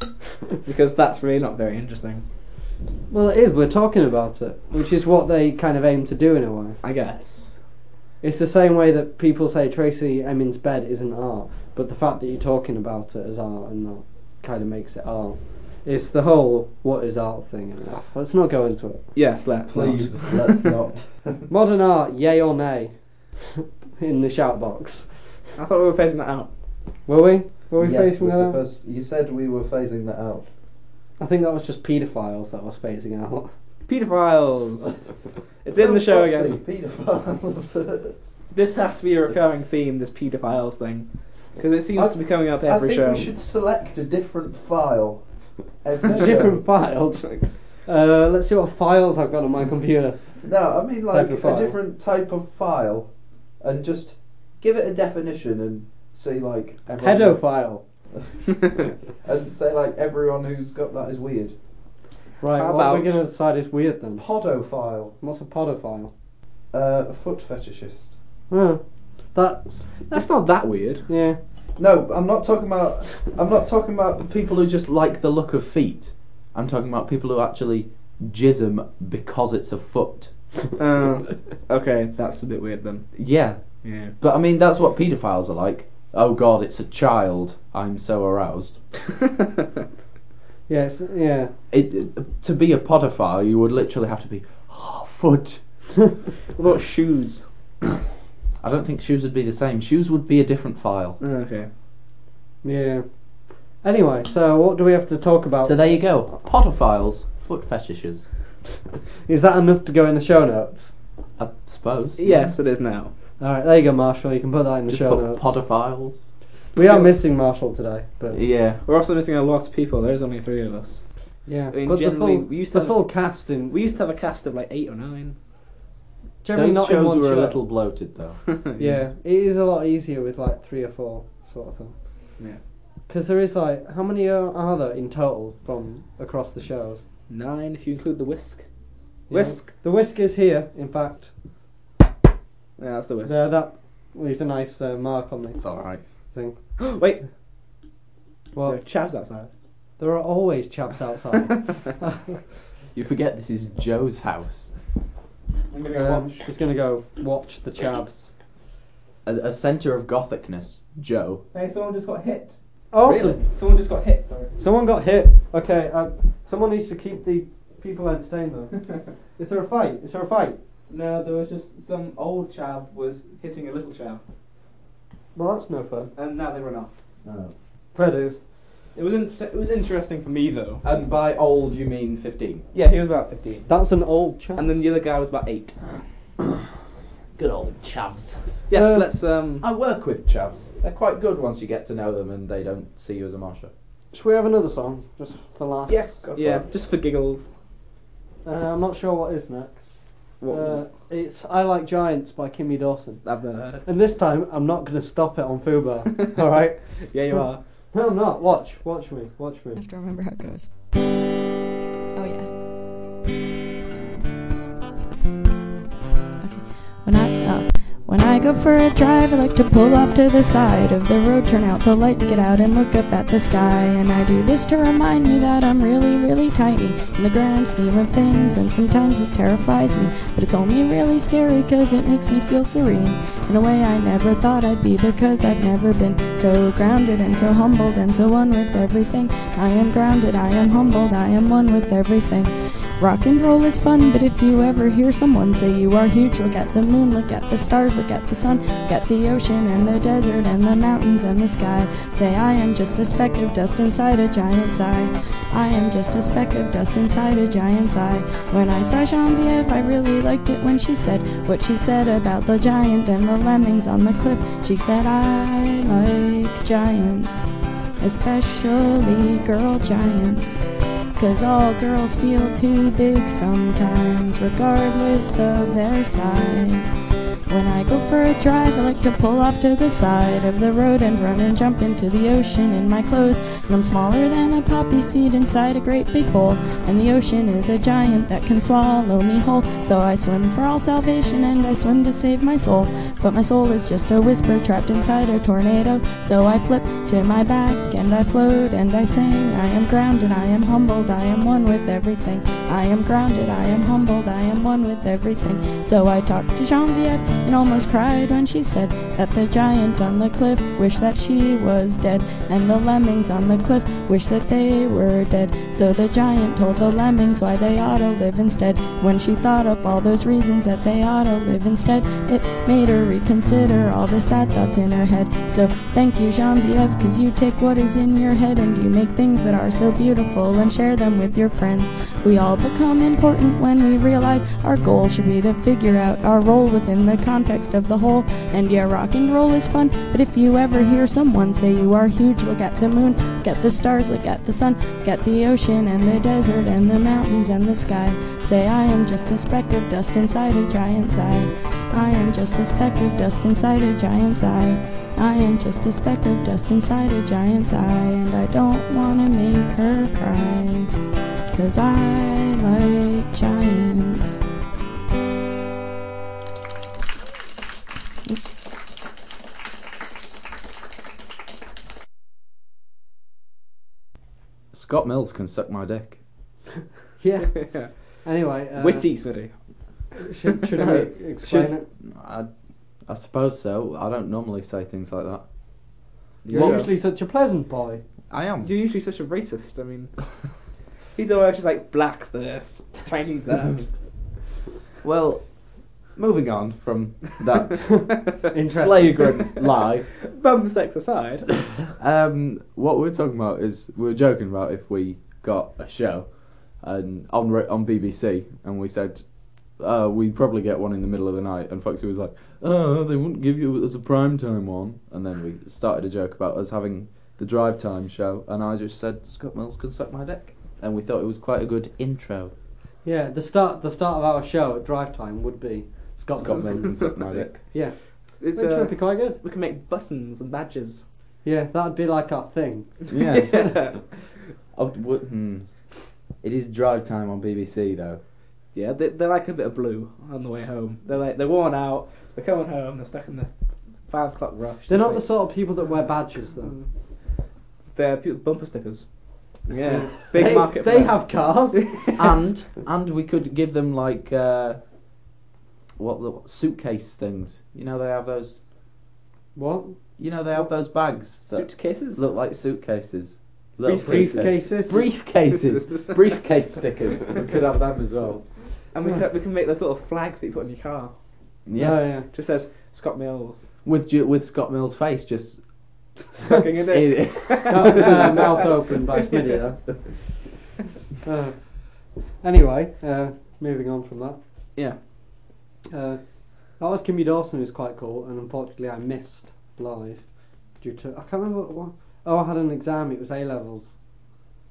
Speaker 3: because that's really not very interesting.
Speaker 2: Well, it is. We're talking about it, which is what they kind of aim to do in a way.
Speaker 3: I guess.
Speaker 2: It's the same way that people say Tracy Emin's bed isn't art, but the fact that you're talking about it as art and that kind of makes it art. It's the whole what is art thing. Let's not go into it.
Speaker 3: Yes, let's.
Speaker 7: Please, (laughs)
Speaker 3: not.
Speaker 7: let's not.
Speaker 2: Modern art, yay or nay? (laughs) in the shout box.
Speaker 3: (laughs) I thought we were phasing that out.
Speaker 2: Were we? Were we
Speaker 7: Yes,
Speaker 2: facing
Speaker 7: we're
Speaker 2: that? out?
Speaker 7: supposed- You said we were phasing that out.
Speaker 2: I think that was just paedophiles that was phasing out.
Speaker 3: Pedophiles. it's in the show again.
Speaker 7: Pedophiles. (laughs)
Speaker 3: This has to be a recurring theme. This pedophiles thing, because it seems
Speaker 7: I-
Speaker 3: to be coming up
Speaker 7: I
Speaker 3: every
Speaker 7: think
Speaker 3: show.
Speaker 7: we should
Speaker 3: (laughs)
Speaker 7: select a different file. Every show.
Speaker 2: Different files. (laughs) Uh, let's see what files I've got on my computer.
Speaker 7: No, I mean like
Speaker 2: Type of
Speaker 7: a
Speaker 2: file.
Speaker 7: different type of file, and just give it a definition and say like everyone-
Speaker 2: Pedophile.
Speaker 7: and say like everyone who's got that is weird.
Speaker 2: Right,
Speaker 3: How
Speaker 2: what
Speaker 3: about-
Speaker 2: we're going to decide is weird then.
Speaker 7: Podophile,
Speaker 2: What's a podophile?
Speaker 7: uh, foot fetishist.
Speaker 2: Huh. That's,
Speaker 3: (laughs) That's not that weird.
Speaker 2: yeah.
Speaker 7: No, I'm not talking about. I'm not talking about people.
Speaker 1: People who just like the look of feet. I'm talking about people who actually jism because it's
Speaker 7: (laughs)
Speaker 1: a foot.
Speaker 3: Uh, okay, that's a bit weird then.
Speaker 1: Yeah,
Speaker 3: Yeah.
Speaker 1: but I mean that's what paedophiles are like. Oh God, it's a child. I'm so aroused.
Speaker 2: Yes, yeah. (laughs)
Speaker 1: It, it- to be a podophile, you would literally have to be oh, foot.
Speaker 3: (laughs)
Speaker 2: Oh,
Speaker 3: what about shoes?
Speaker 1: I don't think shoes would be the same. Shoes would be a different file.
Speaker 3: Uh, Okay.
Speaker 2: Yeah. Anyway, so what do we have to talk about?
Speaker 1: So there you go. Podophiles, foot fetishes.
Speaker 2: Is that enough to go in the show notes?
Speaker 1: I suppose.
Speaker 3: Yes, it is now.
Speaker 2: Alright, there you go, Marshall. You can put that in the
Speaker 1: Just
Speaker 2: show
Speaker 1: put
Speaker 2: notes.
Speaker 1: podophiles.
Speaker 2: we are missing Marshall today, but
Speaker 1: Yeah.
Speaker 3: We're also missing a lot of people. There's only three of us.
Speaker 2: yeah.
Speaker 3: mean,
Speaker 2: but the
Speaker 3: generally,
Speaker 2: full,
Speaker 3: we used to
Speaker 2: the
Speaker 3: have-
Speaker 2: full cast in
Speaker 3: We used to have a cast of like eight or nine. (laughs)
Speaker 2: generally not
Speaker 1: Those
Speaker 2: in
Speaker 1: shows
Speaker 2: one
Speaker 1: were
Speaker 2: show.
Speaker 1: a little
Speaker 2: (laughs)
Speaker 1: bloated though.
Speaker 2: Yeah, it is a lot easier with like three or four sort of thing.
Speaker 3: Yeah.
Speaker 2: Because there is like, how many are, are there in total from across the shows?
Speaker 3: Nine if you include the whisk.
Speaker 2: You
Speaker 3: Whisk.
Speaker 2: know? The whisk is here, in fact.
Speaker 3: Yeah, that's the whisk.
Speaker 2: There, that leaves a nice uh, mark on
Speaker 1: It's
Speaker 2: the
Speaker 1: all right.
Speaker 2: thing.
Speaker 3: (gasps) Wait,
Speaker 2: Well,
Speaker 3: there are chavs outside.
Speaker 2: there are always chaps
Speaker 3: (laughs)
Speaker 2: outside.
Speaker 1: You forget this is Joe's house.
Speaker 3: I'm gonna
Speaker 2: um, just gonna go watch the chabs.
Speaker 1: A, a centre of gothicness, Joe.
Speaker 3: Hey, someone just got hit.
Speaker 2: Awesome.
Speaker 3: Someone just got hit. Sorry.
Speaker 2: Someone got hit. Okay. Uh, someone needs to keep the people entertained though.
Speaker 3: (laughs)
Speaker 2: is there a fight? Is there a fight?
Speaker 3: no, there was just some old chav was hitting a little chav,
Speaker 2: Well, that's no fun.
Speaker 3: and now they run off.
Speaker 1: Oh.
Speaker 7: No.
Speaker 2: Produce.
Speaker 3: It was in- it was interesting for me though.
Speaker 1: And by old you mean fifteen.
Speaker 3: Uh, Yeah, he was about fifteen,
Speaker 2: That's an old chap.
Speaker 3: and then the other guy was about eight.
Speaker 1: Good old chavs.
Speaker 3: Yes,
Speaker 2: Uh,
Speaker 3: let's um.
Speaker 1: I work with chavs. They're quite good once you get to know them and they don't see you as a marsha.
Speaker 2: Should we have another song just for laughs?
Speaker 7: Go for
Speaker 3: Yeah,
Speaker 7: it.
Speaker 3: just for giggles.
Speaker 2: Uh, I'm not sure what is next.
Speaker 3: What?
Speaker 2: Uh, it's I Like Giants by Kimmy Dawson.
Speaker 3: I've never heard.
Speaker 2: And this time, I'm not going to stop it on
Speaker 3: (laughs)
Speaker 2: Fubar. all right?
Speaker 3: Yeah, (laughs) you are.
Speaker 2: No, I'm not. Watch. Watch me. Watch
Speaker 8: I
Speaker 2: me.
Speaker 8: have to remember how it goes. Oh yeah. Okay. When I uh, when I go for a drive, I like to pull off to the side of the road, turn out the lights, get out and look up at the sky. And I do this to remind me that I'm really, really tiny in the grand scheme of things. And sometimes this terrifies me, but it's only really scary 'cause it makes me feel serene in a way I never thought I'd be because I've never been so grounded and so humbled and so one with everything. I am grounded, I am humbled, I am one with everything. Rock and roll is fun, but if you ever hear someone say you are huge, look at the moon, look at the stars, look at the sun, look at the ocean and the desert and the mountains and the sky. Say, I am just a speck of dust inside a giant's eye. I am just a speck of dust inside a giant's eye. When I saw Genevieve, I really liked it when she said what she said about the giant and the lemmings on the cliff. She said, I like giants, especially girl giants. Cause all girls feel too big sometimes, regardless of their size. When I go for a drive, I like to pull off to the side of the road and run and jump into the ocean in my clothes. And I'm smaller than a poppy seed inside a great big bowl. And the ocean is a giant that can swallow me whole. So I swim for all salvation and I swim to save my soul. But my soul is just a whisper trapped inside a tornado. So I flip to my back and I float and I sing. I am grounded, I am humbled, I am one with everything. I am grounded, I am humbled, I am one with everything. So I talked to Genevieve and almost cried when she said that the giant on the cliff wished that she was dead, and the lemmings on the cliff wished that they were dead. So the giant told the lemmings why they ought to live instead. When she thought up all those reasons that they ought to live instead, it made her reconsider all the sad thoughts in her head. So thank you, Genevieve, cause you take what is in your head and you make things that are so beautiful and share them with your friends. We all become important when we realize our goal should be to figure out our role within the context of the whole. And yeah, rock and roll is fun, but if you ever hear someone say you are huge, look at the moon, look at the stars, look at the sun, look at the ocean and the desert and the mountains and the sky. Say, I am just a speck of dust inside a giant's eye. I am just a speck of dust inside a giant's eye. I am just a speck of dust inside a giant's eye, and I don't wanna make her cry. Cause I like giants.
Speaker 1: Scott Mills can suck my dick.
Speaker 2: Yeah. Anyway. Uh,
Speaker 3: Witty, Smitty.
Speaker 2: Should, should
Speaker 3: (laughs)
Speaker 2: we explain it?
Speaker 1: I, I suppose so. I don't normally say things like that.
Speaker 2: You're
Speaker 1: Well-
Speaker 2: usually such a pleasant
Speaker 3: (laughs)
Speaker 2: boy.
Speaker 1: I am.
Speaker 3: You're usually such a racist. I mean, he's always just like blacks this, Chinese that.
Speaker 1: (laughs) Well, moving on from
Speaker 7: (laughs)
Speaker 1: that
Speaker 2: Interesting.
Speaker 1: flagrant lie.
Speaker 3: Bum sex aside.
Speaker 1: Um, what we're talking about is we were joking about if we got a show and on ra- on BBC and we said uh, we'd probably get one in the middle of the night and Foxy was like, "Oh, they wouldn't give you as a prime time one." And then we started a joke about us having the drive time show and I just said Scott Mills can suck my dick and we thought it was quite a good intro.
Speaker 2: Yeah. The start. The start of our show at drive time would be Scott.
Speaker 1: Scott
Speaker 2: Mills.
Speaker 1: Mills can suck my (laughs) dick.
Speaker 2: (laughs) Yeah.
Speaker 3: It's,
Speaker 2: Which
Speaker 3: uh,
Speaker 2: would be quite good.
Speaker 3: we can make buttons and badges.
Speaker 2: Yeah, that'd be like our thing.
Speaker 1: Yeah. I would- would- hmm. It is drive time on BBC though.
Speaker 3: Yeah, they, they're like a bit of blue on the way home. They're like they're worn out. They're coming home. They're stuck in the five o'clock rush.
Speaker 2: They're not the
Speaker 3: It's
Speaker 2: sort of people that wear badges though.
Speaker 3: Mm. like- They're pu- bumper stickers.
Speaker 1: Yeah.
Speaker 3: (laughs) Big
Speaker 2: they,
Speaker 3: market.
Speaker 2: They
Speaker 3: for them.
Speaker 2: have cars. (laughs)
Speaker 1: and and we could give them like uh, what the what, suitcase things. You know they have those.
Speaker 2: what?
Speaker 1: You know they have those bags that
Speaker 3: (laughs) suitcases.
Speaker 1: look like suitcases. Little
Speaker 2: Brief-
Speaker 1: suitcase-
Speaker 2: briefcases. (laughs)
Speaker 1: Briefcases. Briefcase stickers. We could have them as well.
Speaker 3: and we can, we can make those little flags that you put on your car.
Speaker 1: Yeah.
Speaker 2: Oh, yeah.
Speaker 3: Just says Scott Mills.
Speaker 1: With Ju- with Scott Mills' face just.
Speaker 3: Sucking a
Speaker 2: (laughs)
Speaker 3: dick. (laughs)
Speaker 2: That was uh, mouth open by Smitty though. Uh, anyway, uh, moving on from that.
Speaker 3: Yeah.
Speaker 2: Uh, that was Kimmy Dawson, who's quite cool, and unfortunately I missed live due to I can't remember what. what oh, I had an exam. It was A levels.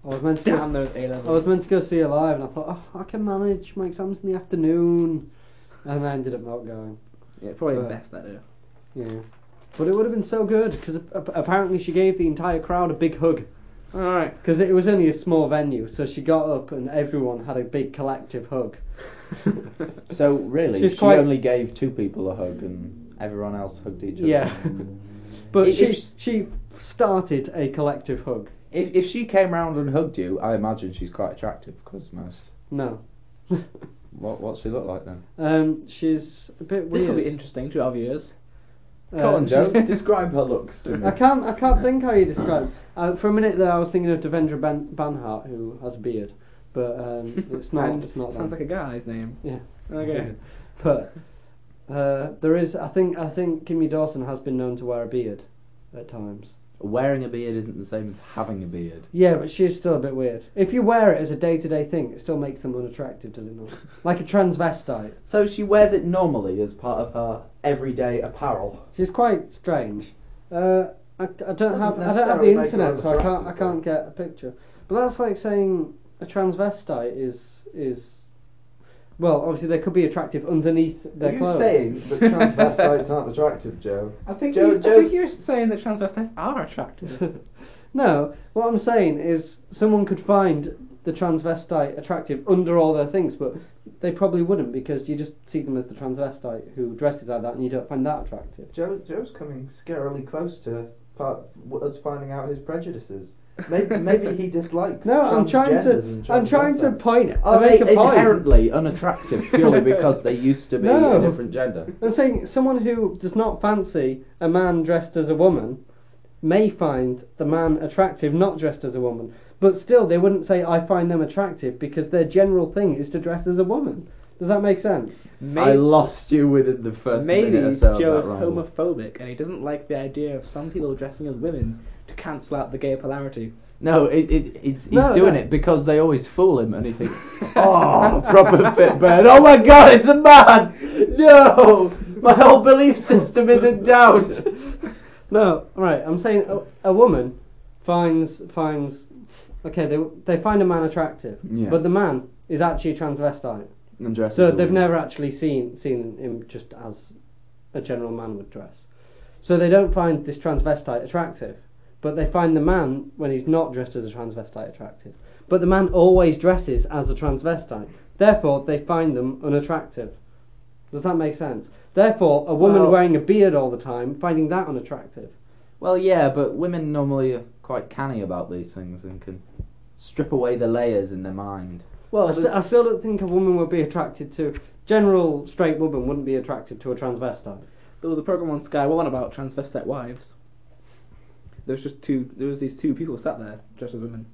Speaker 2: I was meant to. go-
Speaker 3: Damn those A levels.
Speaker 2: I was meant to go see her live, and I thought, oh, I can manage. My exam's in the afternoon, and I ended up not going.
Speaker 3: Yeah, probably
Speaker 2: Uh,
Speaker 3: best that
Speaker 2: Yeah, but it would have been so good because apparently she gave the entire crowd a big hug
Speaker 3: All right.
Speaker 2: because it was only a small venue, so she got up and everyone had a big collective hug.
Speaker 1: So really,
Speaker 2: She's
Speaker 1: she
Speaker 2: quite-
Speaker 1: only gave two people a hug, and everyone else hugged each other.
Speaker 2: Yeah, (laughs) but
Speaker 1: If-
Speaker 2: she
Speaker 1: if-
Speaker 2: she started a collective hug.
Speaker 1: If if she came round and hugged you, I imagine she's quite attractive because most.
Speaker 2: No,
Speaker 1: What what's she look like then?
Speaker 2: um, she's a bit weird.
Speaker 3: This will be interesting to our viewers.
Speaker 2: Uh,
Speaker 1: Come
Speaker 7: (laughs)
Speaker 1: on, Joe.
Speaker 2: she's-
Speaker 1: Describe her looks to me.
Speaker 2: (laughs) I can't. I can't think how you describe. Uh, for a minute there, I was thinking of Devendra ben- Banhart, who has a beard, but um, it's
Speaker 3: (laughs)
Speaker 2: not. it's not.
Speaker 3: Sounds
Speaker 2: that.
Speaker 3: like a guy's name.
Speaker 2: Yeah.
Speaker 3: Okay.
Speaker 2: but uh, there is. I think. I think Kimmy Dawson has been known to wear a beard at times.
Speaker 1: Wearing a beard isn't the same as having a beard.
Speaker 2: Yeah, but she's still a bit weird. If you wear it as a day to day thing, it still makes them unattractive, does it not? Like a transvestite.
Speaker 1: So she wears it normally as part of her everyday apparel.
Speaker 2: She's quite strange. Uh, I, I don't
Speaker 7: Doesn't
Speaker 2: have I don't have
Speaker 7: necessarily
Speaker 2: the
Speaker 7: make her
Speaker 2: internet, so I can't I
Speaker 7: unattractive,
Speaker 2: can't get a picture. But that's like saying a transvestite is is. Well, obviously they could be attractive underneath their
Speaker 7: Are you
Speaker 2: clothes.
Speaker 7: saying that
Speaker 1: (laughs)
Speaker 7: transvestites aren't attractive, Joe?
Speaker 3: I think,
Speaker 7: Joe-
Speaker 3: you, I
Speaker 7: Joe's-
Speaker 3: think you're saying that transvestites are attractive.
Speaker 2: No, what I'm saying is someone could find the transvestite attractive under all their things, but they probably wouldn't because you just see them as the transvestite who dresses like that, and you don't find that attractive.
Speaker 7: Joe, Joe's coming scarily close to part us finding out his prejudices.
Speaker 1: (laughs)
Speaker 7: Maybe, maybe he dislikes.
Speaker 2: No, I'm trying
Speaker 7: transgenders
Speaker 2: to
Speaker 7: and
Speaker 2: I'm trying to
Speaker 7: transvestites.
Speaker 2: point.
Speaker 1: Are
Speaker 2: I
Speaker 1: they
Speaker 2: make a point.
Speaker 1: inherently unattractive
Speaker 7: (laughs)
Speaker 1: purely because they used to be
Speaker 2: No.
Speaker 1: a different gender?
Speaker 2: I'm saying someone who does not fancy a man dressed as a woman may find the man attractive not dressed as a woman, but still they wouldn't say I find them attractive because their general thing is to dress as a woman. Does that make sense?
Speaker 1: I
Speaker 3: Maybe,
Speaker 1: lost you within the first
Speaker 3: maybe
Speaker 1: minute or so. of
Speaker 3: Joe is
Speaker 1: that rival.
Speaker 3: homophobic and he doesn't like the idea of some people dressing as women to cancel out the gay polarity.
Speaker 1: No, it, it, it's, he's
Speaker 2: No,
Speaker 1: doing
Speaker 2: no.
Speaker 1: it because they always fool him, and he (laughs) thinks, "Oh, proper Fitbit! Oh my God, it's a man! No, my whole belief system is in doubt."
Speaker 2: No, right. I'm saying a, a woman finds finds okay they they find a man attractive,
Speaker 1: Yes.
Speaker 2: but the man is actually a transvestite,
Speaker 1: I'm dressed
Speaker 2: so
Speaker 1: as a
Speaker 2: they've
Speaker 1: woman.
Speaker 2: never actually seen seen him just as a general man would dress. So they don't find this transvestite attractive, but they find the man when he's not dressed as a transvestite attractive. But the man always dresses as a transvestite. Therefore, they find them unattractive. Does that make sense? Therefore, a woman
Speaker 1: Well-
Speaker 2: wearing a beard all the time, finding that unattractive.
Speaker 1: Well, yeah, but women normally are quite canny about these things and can strip away the layers in their mind.
Speaker 3: Well,
Speaker 2: I, st- I still don't think a woman would be attracted to general straight woman wouldn't be attracted to a transvestite.
Speaker 3: there was a program on Sky One about transvestite wives. There was just two. There was these two people sat there dressed as women.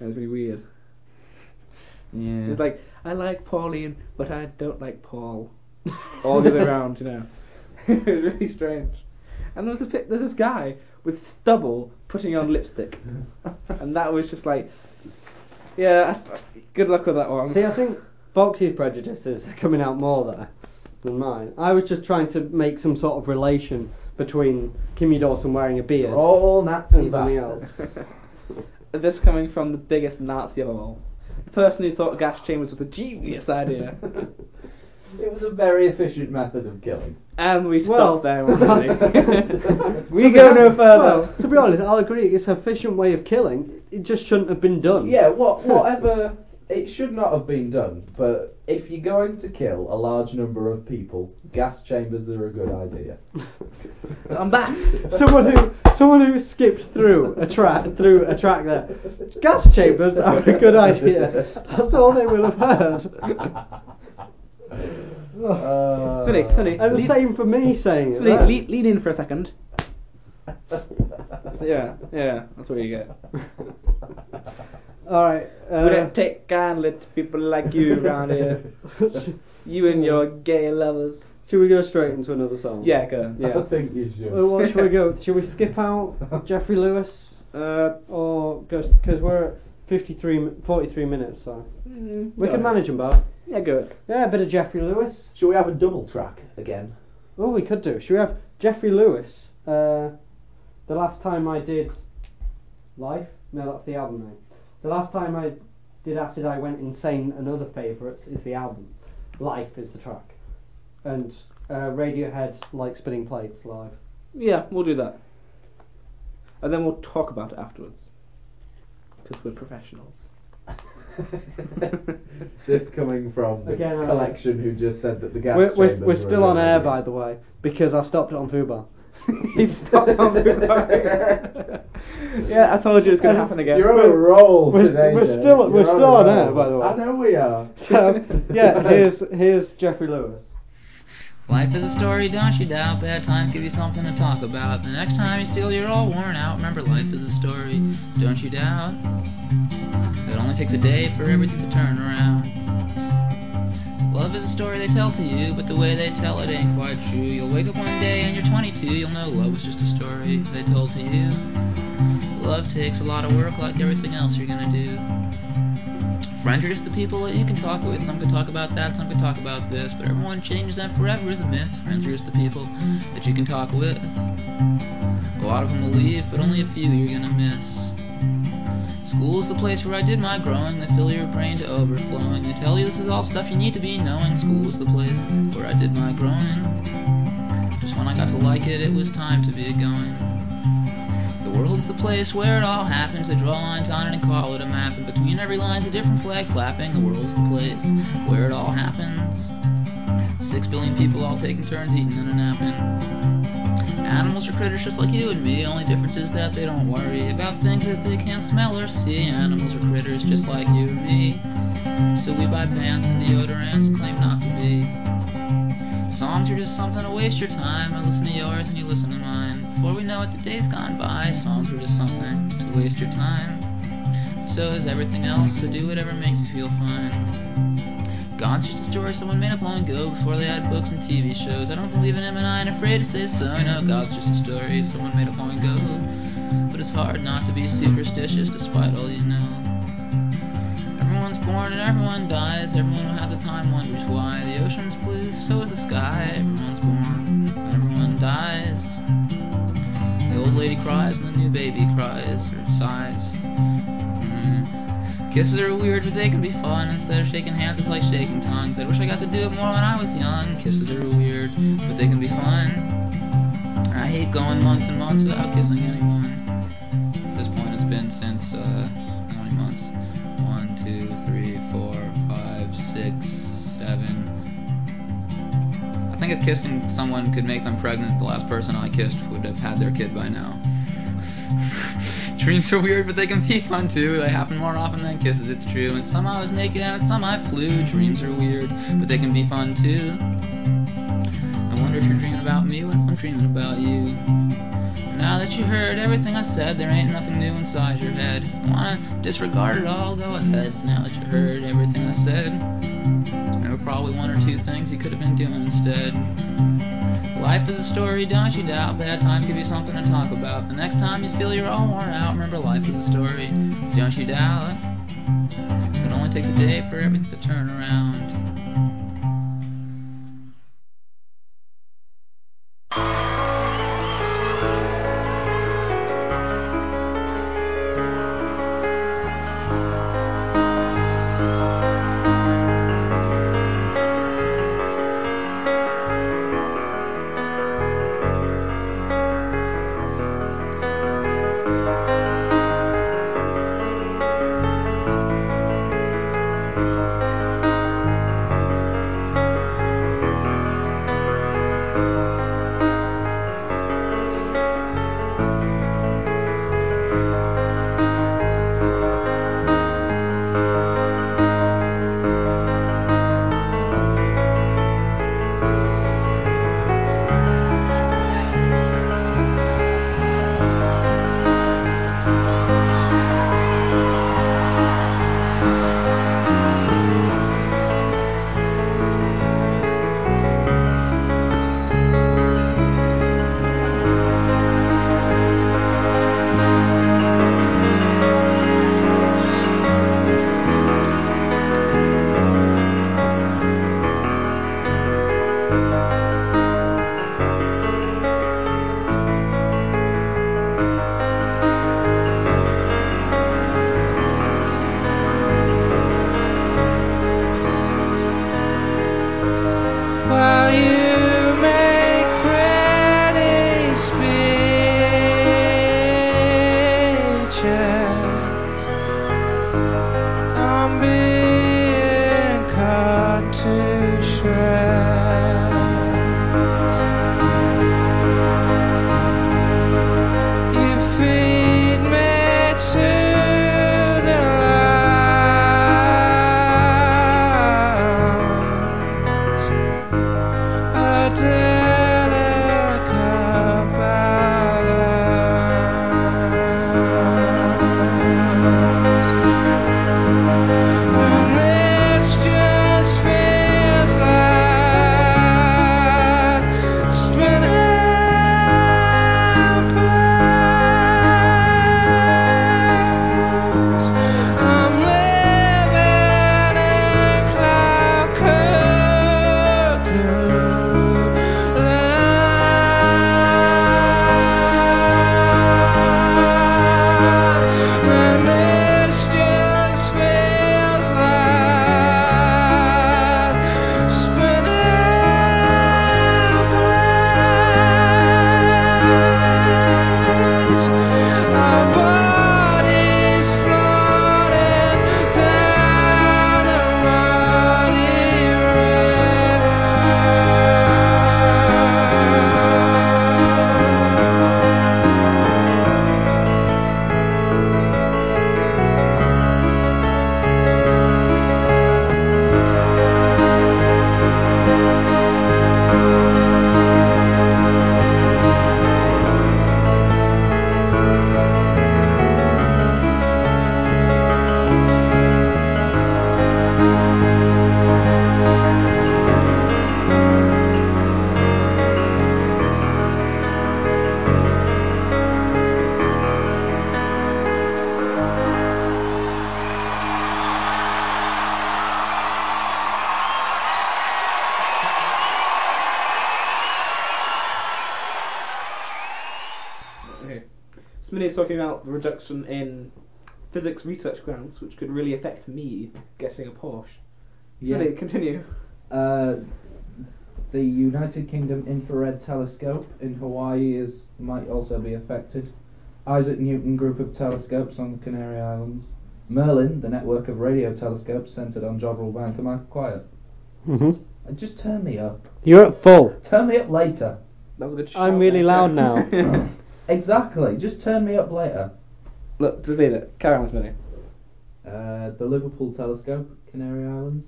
Speaker 3: It was really weird. It
Speaker 1: Yeah.
Speaker 3: was like I like Pauline, but I don't like Paul. (laughs) All the way around, you know. (laughs) it was really strange. And there was this, pic- there's this guy with stubble putting on (laughs) lipstick, and that was just like, yeah. Good luck with that one.
Speaker 2: See, I think Foxy's prejudices are coming out more there than mine. I was just trying to make some sort of relation between Kimmy Dawson wearing a beard.
Speaker 1: All Nazi
Speaker 2: And something
Speaker 1: bastards.
Speaker 3: This coming from the biggest Nazi of all. The person who thought gas chambers was a genius idea.
Speaker 7: It was a very efficient method of killing.
Speaker 3: And we
Speaker 2: Well-
Speaker 3: stop (laughs) there, Marty. (laughs) we go no further.
Speaker 2: Well, to be honest, I'll agree. It's an efficient way of killing. It just shouldn't have been done.
Speaker 7: Yeah, what, whatever. It should not have been done, but if you're going to kill a large number of people, gas chambers are a good idea.
Speaker 3: (laughs) and that's
Speaker 2: Someone who someone who skipped through a track through a track there. Gas chambers are a good idea. That's all they will have heard.
Speaker 7: Uh,
Speaker 3: Sonny, Sonny.
Speaker 2: And the
Speaker 3: Lead-
Speaker 2: same for me saying it.
Speaker 3: Somebody
Speaker 2: there.
Speaker 3: lean, lean in for a second. yeah, yeah, that's what you get.
Speaker 2: All right.
Speaker 3: we
Speaker 2: Uh,
Speaker 3: don't take kindly to people like you around here. You and your gay lovers.
Speaker 2: (laughs) should we go straight into another song?
Speaker 3: Yeah, go.
Speaker 7: I
Speaker 2: Yeah.
Speaker 7: think you should.
Speaker 2: Uh, Well, what should we go? Should we
Speaker 7: (laughs)
Speaker 2: skip out Jeffrey Lewis
Speaker 3: Uh,
Speaker 2: or because we're at 53, mi- 43 minutes, so we can manage them both.
Speaker 3: yeah, go.
Speaker 2: Yeah, a bit of Jeffrey Lewis.
Speaker 7: Should we have a double track again?
Speaker 2: Oh, we could do. Should we have Jeffrey Lewis? Uh, the last time I did Life? No, that's the album name. The last time I did Acid, I went insane. And other favourites is the album. Life is the track, and uh, Radiohead like spinning plates live.
Speaker 3: Yeah, we'll do that. And then we'll talk about it afterwards. Because we're
Speaker 7: (laughs)
Speaker 3: professionals.
Speaker 7: This coming from the
Speaker 2: Again, I-
Speaker 7: collection who just said that the gas
Speaker 2: We're, we're,
Speaker 7: chambers
Speaker 2: we're
Speaker 7: are
Speaker 2: still
Speaker 7: a
Speaker 2: on
Speaker 7: good
Speaker 2: air,
Speaker 7: idea.
Speaker 2: by the way, because I stopped it
Speaker 7: (laughs)
Speaker 2: on Fubar.
Speaker 3: He's stopped on the Yeah, I told you it's going to happen again.
Speaker 7: You're on a roll
Speaker 2: we're-
Speaker 7: today.
Speaker 2: we're
Speaker 7: Joe.
Speaker 2: still-
Speaker 7: You're
Speaker 2: we're still
Speaker 7: a
Speaker 2: on air,
Speaker 7: roll.
Speaker 2: by the way.
Speaker 7: I know we are.
Speaker 2: (laughs) So
Speaker 7: (laughs)
Speaker 2: yeah, here's here's Jeffrey Lewis.
Speaker 9: Life is a story, don't you doubt? Bad times give you something to talk about. The next time you feel you're all worn out, remember life is a story, don't you doubt? It only takes a day for everything to turn around. Love is a story they tell to you, but the way they tell it ain't quite true. You'll wake up one day and you're 22, you'll know love was just a story they told to you. Love takes a lot of work, like everything else you're gonna do. Friends are just the people that you can talk with. Some could talk about that, some could talk about this, but everyone changes that forever is a myth. Friends are just the people that you can talk with. A lot of them will leave, but only a few you're gonna miss. School's the place where I did my growing. They fill your brain to overflowing. They tell you this is all stuff you need to be knowing. School's the place where I did my growing. Just when I got to like it, it was time to be going. The world's the place where it all happens. They draw lines on it and call it a map. And between every line's a different flag flapping. The world's the place where it all happens. Six billion people all taking turns eating and a napping. Animals are critters just like you and me. Only difference is that they don't worry about things that they can't smell or see. Animals are critters just like you and me. So we buy pants and deodorants and claim not to be. Songs are just something to waste your time. I listen to yours and you listen to mine. Before we know it, the day's gone by. Songs are just something to waste your time. So is everything else, so do whatever makes you feel fine. Gone's just a story someone made up long ago before they had books and TV shows. I don't believe in him and I ain't afraid to say so. No, God's just a story someone made up long ago. But it's hard not to be superstitious despite all you know. Everyone's born and everyone dies. Everyone who has a time wonders why. The ocean's blue, so is the sky. Everyone's born and everyone dies. The old lady cries and the new baby cries or sighs. Mm. Kisses are weird, but they can be fun. Instead of shaking hands, it's like shaking tongues. I wish I got to do it more when I was young. Kisses are weird, but they can be fun. I hate going months and months without kissing anyone. At this point, it's been since, uh, how many months? One, two, three, four, five, six, seven. I think if kissing someone could make them pregnant, the last person I kissed would have had their kid by now. (laughs) Dreams are weird, but they can be fun too. They happen more often than kisses, it's true. And some I was naked and some I flew. Dreams are weird, but they can be fun too. I wonder if you're dreaming about me when I'm dreaming about you. Now that you heard everything I said, there ain't nothing new inside your head. If you wanna disregard it all, go ahead. Now that you heard everything I said, there were probably one or two things you could have been doing instead. Life is a story, don't you doubt? Bad times give you something to talk about. The next time you feel you're all worn out, remember life is a story, don't you doubt? It only takes a day for everything to turn around.
Speaker 4: While you make pretty speeches, I'm being cut to shreds. You feed me to the light. A delicate balance.
Speaker 3: talking about the reduction in physics research grants, which could really affect me getting a Porsche.
Speaker 1: Yeah.
Speaker 3: Really, continue.
Speaker 1: Uh, the United Kingdom Infrared Telescope in Hawaii is might also be affected. Isaac Newton Group of Telescopes on the Canary Islands. Merlin, the network of radio telescopes centered on Jodrell Bank. Am I quiet?
Speaker 2: hmm
Speaker 1: Uh, Just turn me up.
Speaker 2: You're at full.
Speaker 1: Turn me up later.
Speaker 3: That was a good.
Speaker 2: I'm
Speaker 3: shout
Speaker 2: really
Speaker 3: there,
Speaker 2: loud
Speaker 3: Jack.
Speaker 1: Exactly. Just turn me up later.
Speaker 3: (laughs) Look, delete it. Carry on with me.
Speaker 1: Uh, the Liverpool Telescope, Canary Islands.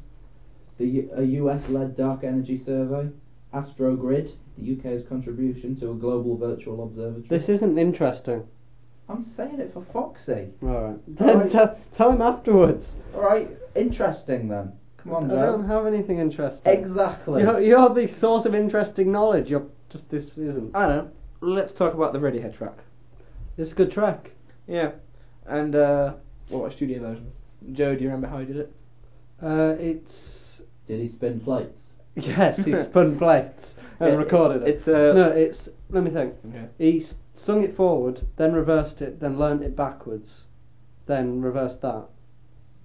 Speaker 1: The U- a US-led dark energy survey. Astrogrid, the UK's contribution to a global virtual observatory.
Speaker 2: This isn't interesting.
Speaker 1: I'm saying it for Foxy.
Speaker 7: (laughs)
Speaker 2: All right.
Speaker 1: All
Speaker 2: Then (laughs)
Speaker 1: right.
Speaker 2: Tell, tell him afterwards.
Speaker 1: All right, interesting then. Come on,
Speaker 2: I don't
Speaker 1: Joe.
Speaker 2: have anything interesting.
Speaker 1: Exactly.
Speaker 2: You're, you're the source of interesting knowledge. You're just this isn't.
Speaker 3: I know. Let's talk about the Radiohead track.
Speaker 2: It's a good track.
Speaker 3: Yeah, and uh, well, a studio version. Joe, do you remember how he did it?
Speaker 2: Uh, it's
Speaker 1: Did he spin plates?
Speaker 2: (laughs) yes, he spun plates and
Speaker 3: It-
Speaker 2: recorded it.
Speaker 3: It's uh,
Speaker 2: no, it's let me think.
Speaker 3: Okay.
Speaker 2: He s- sung it forward, then reversed it, then learnt it backwards, then reversed that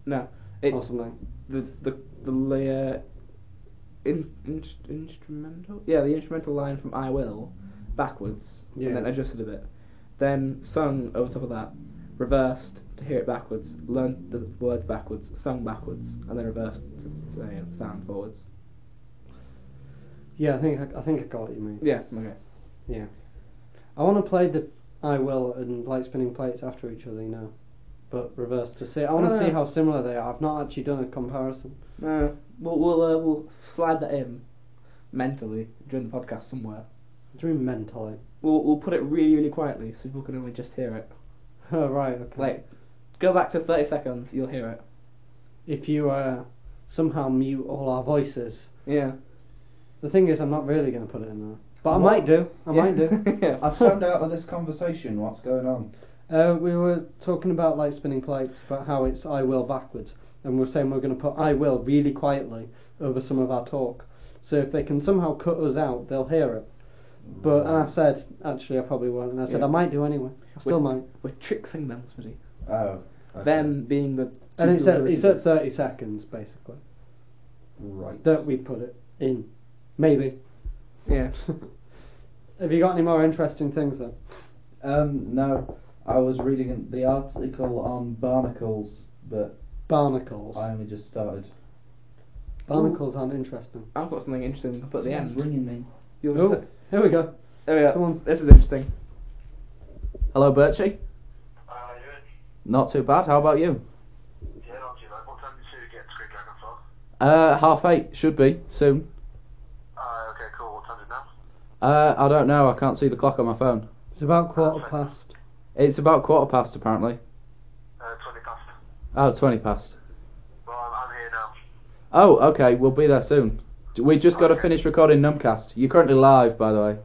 Speaker 3: no.
Speaker 2: or
Speaker 3: It's
Speaker 2: something.
Speaker 3: the the the layer in, in, instrumental yeah the instrumental line from I Will backwards
Speaker 2: Yeah.
Speaker 3: and then adjusted a bit then sung over top of that reversed to hear it backwards learned the words backwards sung backwards and then reversed to s- say it sound forwards
Speaker 2: Yeah, I think I, I think I got what you mean.
Speaker 3: yeah okay
Speaker 2: Yeah. I want to play the I Will and like spinning plates after each other, you know, but reverse to see. I want to
Speaker 3: Ah.
Speaker 2: see how similar they are. I've not actually done a comparison.
Speaker 3: no we'll we'll, uh, we'll slide that in mentally during the podcast somewhere
Speaker 2: What do you mean mentally? (laughs)
Speaker 3: we'll we'll put it really really quietly so people can only just hear it
Speaker 2: Oh, right, okay.
Speaker 3: like go back to thirty seconds you'll hear it
Speaker 2: If you uh, somehow mute all our voices.
Speaker 3: yeah
Speaker 2: The thing is, I'm not really going to put it in there. But I
Speaker 1: What?
Speaker 2: might do. I might
Speaker 3: (laughs)
Speaker 2: do. (laughs)
Speaker 3: yeah.
Speaker 1: I've turned out of this conversation. What's going on?
Speaker 2: Uh, we were talking about like spinning plates, about how it's I will backwards, and we are saying we're going to put I will really quietly over some of our talk. So if they can somehow cut us out, they'll hear it. But and I said actually I probably won't, and I said
Speaker 3: Yeah.
Speaker 2: I might do anyway. I still might.
Speaker 3: We're tricksing them, Smitty.
Speaker 1: Oh. okay.
Speaker 3: Them being the. two
Speaker 2: And
Speaker 3: people
Speaker 2: it's
Speaker 3: who
Speaker 2: at it's
Speaker 3: listen
Speaker 2: at thirty seconds basically
Speaker 1: Right.
Speaker 2: that we put it in, maybe. (laughs)
Speaker 3: to this.
Speaker 2: Have you got any more interesting things then?
Speaker 1: Um. No, I was reading an- the article on barnacles, but
Speaker 2: Barnacles.
Speaker 1: I only just started.
Speaker 2: Barnacles aren't interesting.
Speaker 3: Yeah. I've got something interesting to put at the
Speaker 1: Someone's
Speaker 3: end.
Speaker 1: ringing me.
Speaker 3: You'll
Speaker 2: Oh,
Speaker 3: just
Speaker 2: here we go.
Speaker 3: there we go.
Speaker 2: Someone-
Speaker 3: This is interesting.
Speaker 6: Hello, Birchie.
Speaker 4: How are you doing?
Speaker 6: Not too bad. How about you?
Speaker 4: Yeah, not too bad. What time did you get to Great Dragon Farm?
Speaker 6: Uh, half eight should be soon.
Speaker 4: Uh, okay, cool. What time is it now?
Speaker 6: Uh, I don't know. I can't see the clock on my phone.
Speaker 2: It's about quarter past.
Speaker 6: It's about quarter past apparently.
Speaker 4: Uh, 20 past.
Speaker 6: Oh, 20 past.
Speaker 4: Well, I'm, I'm here now.
Speaker 6: Oh, okay. We'll be there soon. D- We just got to finish recording Numcast. You're currently live, by the way.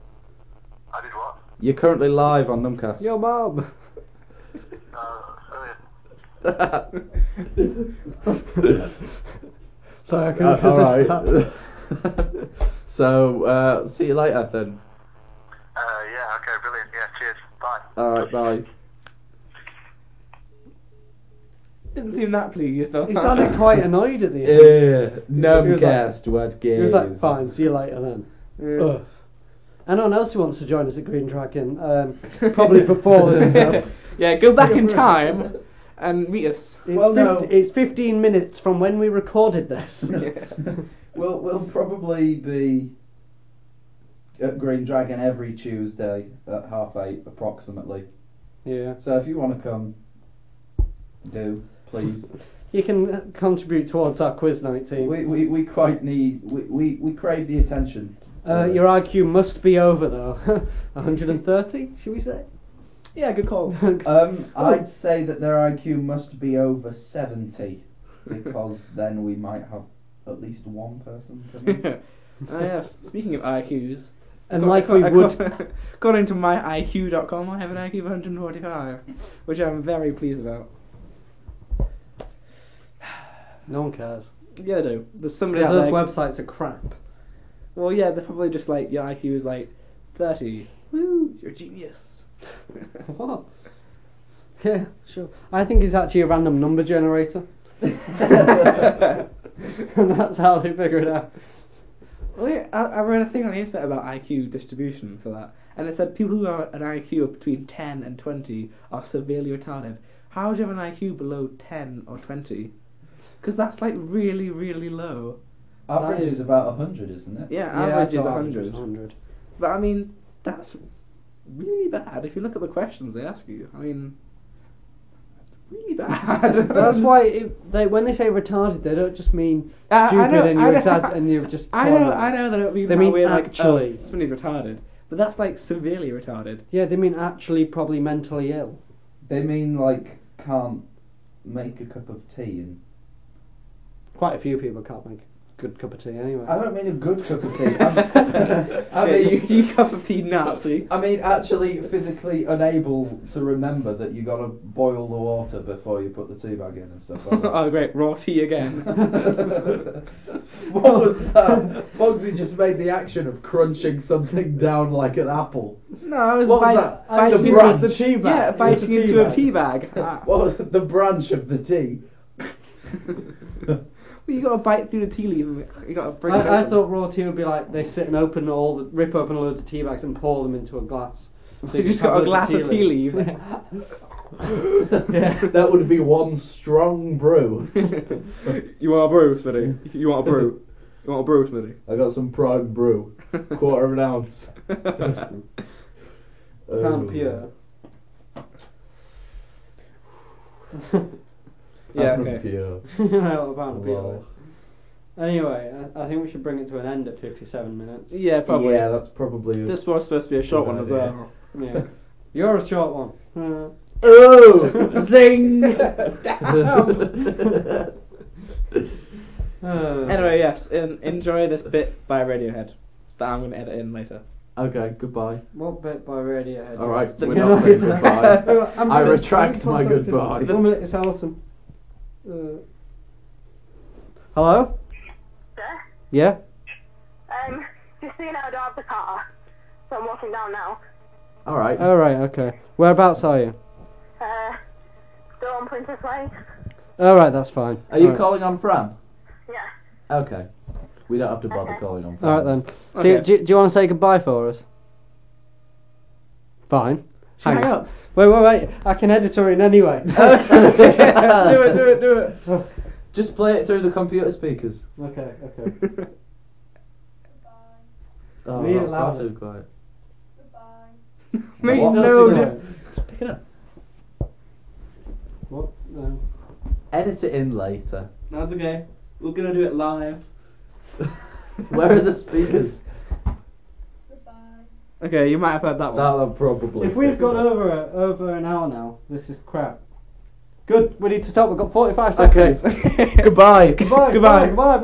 Speaker 4: I did what?
Speaker 6: You're currently live on Numcast. (laughs)
Speaker 2: Your mum.
Speaker 4: Uh, oh yeah.
Speaker 2: (laughs)
Speaker 6: Uh,
Speaker 2: Sorry, I couldn't
Speaker 6: Uh, all
Speaker 2: resist
Speaker 6: (laughs)
Speaker 2: that.
Speaker 6: right. (laughs) so, uh, see you later then.
Speaker 4: Uh, yeah, okay, brilliant. Yeah, cheers. Bye.
Speaker 6: All right, bye.
Speaker 3: (laughs) Didn't seem that pleased. though.
Speaker 2: He
Speaker 3: (laughs)
Speaker 2: sounded quite annoyed at the end. was
Speaker 6: Uh,
Speaker 2: like-
Speaker 6: Numcast, what
Speaker 2: He was like,
Speaker 6: gives?
Speaker 2: fine, see you later then.
Speaker 3: Yeah.
Speaker 2: Ugh. Anyone else who wants to join us at Green Dragon, um, probably before this is up.
Speaker 3: yeah, go back in time and
Speaker 2: (laughs)
Speaker 3: meet us.
Speaker 2: It's,
Speaker 1: Well, no.
Speaker 2: 50 it's 15 minutes from when we recorded
Speaker 3: (laughs)
Speaker 2: this.
Speaker 1: We'll we'll probably be at Green Dragon every Tuesday at half eight approximately.
Speaker 2: yeah.
Speaker 1: So if you want to come, do please.
Speaker 2: You can uh, contribute towards our quiz night team.
Speaker 1: We, we, we quite need we, we, we crave the attention.
Speaker 2: uh, your IQ must be over though. (laughs) 130, should we say?
Speaker 3: Yeah, good
Speaker 2: (laughs)
Speaker 3: call.
Speaker 1: Um,
Speaker 7: Oh.
Speaker 1: I'd say that their IQ must be over seventy, because (laughs) then we might have at least one person. To
Speaker 3: (laughs)
Speaker 1: meet.
Speaker 3: Ah, yes. Speaking of IQs,
Speaker 2: And
Speaker 3: Ac-
Speaker 2: like
Speaker 3: ac-
Speaker 2: we would.
Speaker 3: (laughs) ac- According to myiq.com, I have an IQ of 145, which I'm very pleased about.
Speaker 2: No one cares.
Speaker 3: Yeah, they do. There's somebody
Speaker 2: Because
Speaker 3: out
Speaker 2: those
Speaker 3: there.
Speaker 2: websites are crap.
Speaker 3: Well, yeah, they're probably just like your IQ is like 30. Woo, you're a genius.
Speaker 2: What? Yeah, sure. I think he's actually a random
Speaker 7: (laughs)
Speaker 2: number generator. (laughs) and that's how they figure it out.
Speaker 3: (laughs) Well, yeah, I, I read a thing on the internet about IQ distribution for that, and it said people who have an IQ of between 10 and 20 are severely retarded. How do you have an IQ below 10 or 20? Because that's like really, really low.
Speaker 7: Average
Speaker 2: is-
Speaker 7: is about hundred, isn't it?
Speaker 3: Yeah,
Speaker 2: Yeah,
Speaker 3: average
Speaker 2: I
Speaker 3: is
Speaker 2: thought average was
Speaker 3: 100.
Speaker 2: 100.
Speaker 3: But I mean, that's really bad if you look at the questions they ask you. I mean, it's really
Speaker 2: (laughs)
Speaker 3: bad.
Speaker 2: That's why it, they, when they say retarded, they don't just mean
Speaker 3: (laughs) I- I
Speaker 2: stupid
Speaker 3: know-
Speaker 2: and
Speaker 3: I
Speaker 2: you're
Speaker 3: know-
Speaker 2: exag- and you're just.
Speaker 3: (laughs) I know,
Speaker 2: clever.
Speaker 3: I know that it would be
Speaker 2: They
Speaker 3: that
Speaker 2: mean
Speaker 3: we're like,
Speaker 2: actually.
Speaker 3: oh, somebody's retarded. But that's like severely retarded.
Speaker 2: Yeah, they mean actually probably mentally ill.
Speaker 7: They mean like can't make a cup of tea, and
Speaker 2: Quite a few people can't make a good cup of tea anyway.
Speaker 7: I don't mean a good cup of
Speaker 1: (laughs)
Speaker 7: tea. I'm- I
Speaker 3: Yeah,
Speaker 7: mean,
Speaker 3: you, (laughs) you cup of tea Nazi. (laughs)
Speaker 7: I mean, actually physically unable to remember that you got to boil the water before you put the tea bag in and stuff. like
Speaker 3: (laughs)
Speaker 7: that.
Speaker 3: oh great, raw tea again.
Speaker 7: (laughs)
Speaker 2: (laughs)
Speaker 7: what was that? Foxy just made the action of crunching something down like an apple.
Speaker 3: no, I was,
Speaker 7: What was
Speaker 3: bite-
Speaker 7: that? The
Speaker 3: biting into
Speaker 7: branch.
Speaker 3: the
Speaker 7: The
Speaker 2: tea bag.
Speaker 3: Yeah,
Speaker 2: It was
Speaker 3: biting
Speaker 2: a tea
Speaker 3: into a
Speaker 2: bag.
Speaker 3: tea (laughs) bag. Ah.
Speaker 7: What was the branch of the tea?
Speaker 3: Well, you got to bite through the tea leaf. and You got to bring. it
Speaker 2: I, I
Speaker 3: open.
Speaker 2: thought raw tea would be like they sit and open all, the, rip open loads of tea bags and pour them into a glass. So
Speaker 3: (laughs) you just
Speaker 2: have
Speaker 3: got a glass
Speaker 2: loads
Speaker 3: of tea leaves.
Speaker 2: (laughs)
Speaker 7: That would be one strong brew.
Speaker 3: you want a brew, Smitty? (laughs) You want a
Speaker 1: (laughs)
Speaker 3: brew? You want a brew, Smitty?
Speaker 7: (laughs) I got some prime brew, quarter of an ounce.
Speaker 2: (laughs) Pound
Speaker 7: Oh.
Speaker 2: pure.
Speaker 3: (laughs) Yeah,
Speaker 7: Pound
Speaker 3: okay.
Speaker 7: pure.
Speaker 2: (laughs) Well, pound
Speaker 7: Lol.
Speaker 2: pure. Anyway, I, I think we should bring it to an end at 57 minutes.
Speaker 3: Yeah, probably.
Speaker 7: Yeah, that's probably.
Speaker 3: This was supposed to be a short
Speaker 7: Good
Speaker 3: one as
Speaker 7: idea.
Speaker 3: well.
Speaker 2: Yeah. You're a short one. Uh,
Speaker 7: (laughs)
Speaker 3: (laughs)
Speaker 7: Oh! (laughs)
Speaker 3: Zing! Um,
Speaker 1: (laughs)
Speaker 2: uh,
Speaker 3: anyway, yes, en- enjoy this bit by Radiohead that I'm going to edit in later.
Speaker 1: Okay, goodbye.
Speaker 2: What bit by Radiohead? (laughs)
Speaker 1: All right,
Speaker 2: The
Speaker 1: we're not saying
Speaker 2: United-
Speaker 1: goodbye.
Speaker 3: (laughs)
Speaker 2: Oh, I'm
Speaker 1: I
Speaker 2: gonna-
Speaker 1: retract
Speaker 2: I'm
Speaker 1: my
Speaker 2: contacted.
Speaker 1: goodbye.
Speaker 2: One minute, it's Alison. Uh, hello?
Speaker 10: There.
Speaker 2: Yeah?
Speaker 10: Um, just so you know, I don't have the car, so I'm walking down now.
Speaker 1: All right.
Speaker 2: All right, okay. Whereabouts are you?
Speaker 10: Uh, still on Princess Lane.
Speaker 2: All right, that's fine.
Speaker 1: Are you
Speaker 2: All right.
Speaker 1: calling on Fran?
Speaker 10: Yeah.
Speaker 1: Okay. We don't have to bother calling on Fran.
Speaker 2: All right then. See,
Speaker 3: Okay.
Speaker 2: do, do you want to say goodbye for us? Fine.
Speaker 3: She hung
Speaker 2: on.
Speaker 3: up.
Speaker 2: Wait, wait, wait. I can edit her
Speaker 3: (laughs)
Speaker 2: in anyway. (laughs)
Speaker 3: do it, Oh, do it, do it.
Speaker 1: Uh, Just play it through the computer speakers.
Speaker 2: okay, okay.
Speaker 1: Oh,
Speaker 2: Really
Speaker 1: that's far
Speaker 2: loud.
Speaker 1: too quiet.
Speaker 3: (laughs) Makes
Speaker 1: What?
Speaker 3: no
Speaker 1: That's
Speaker 3: difference.
Speaker 1: Pick it up.
Speaker 2: What? um? No.
Speaker 1: Edit it in later.
Speaker 3: That's okay. We're going to do it live.
Speaker 1: Where are the speakers?
Speaker 3: Okay, you might have heard that one.
Speaker 1: That'll probably.
Speaker 2: If we've got over a, over an hour now, this is crap. Good. We need to stop. We've got forty-five seconds. (laughs)
Speaker 1: Okay. Goodbye.
Speaker 3: (laughs)
Speaker 2: Goodbye. Goodbye. Goodbye.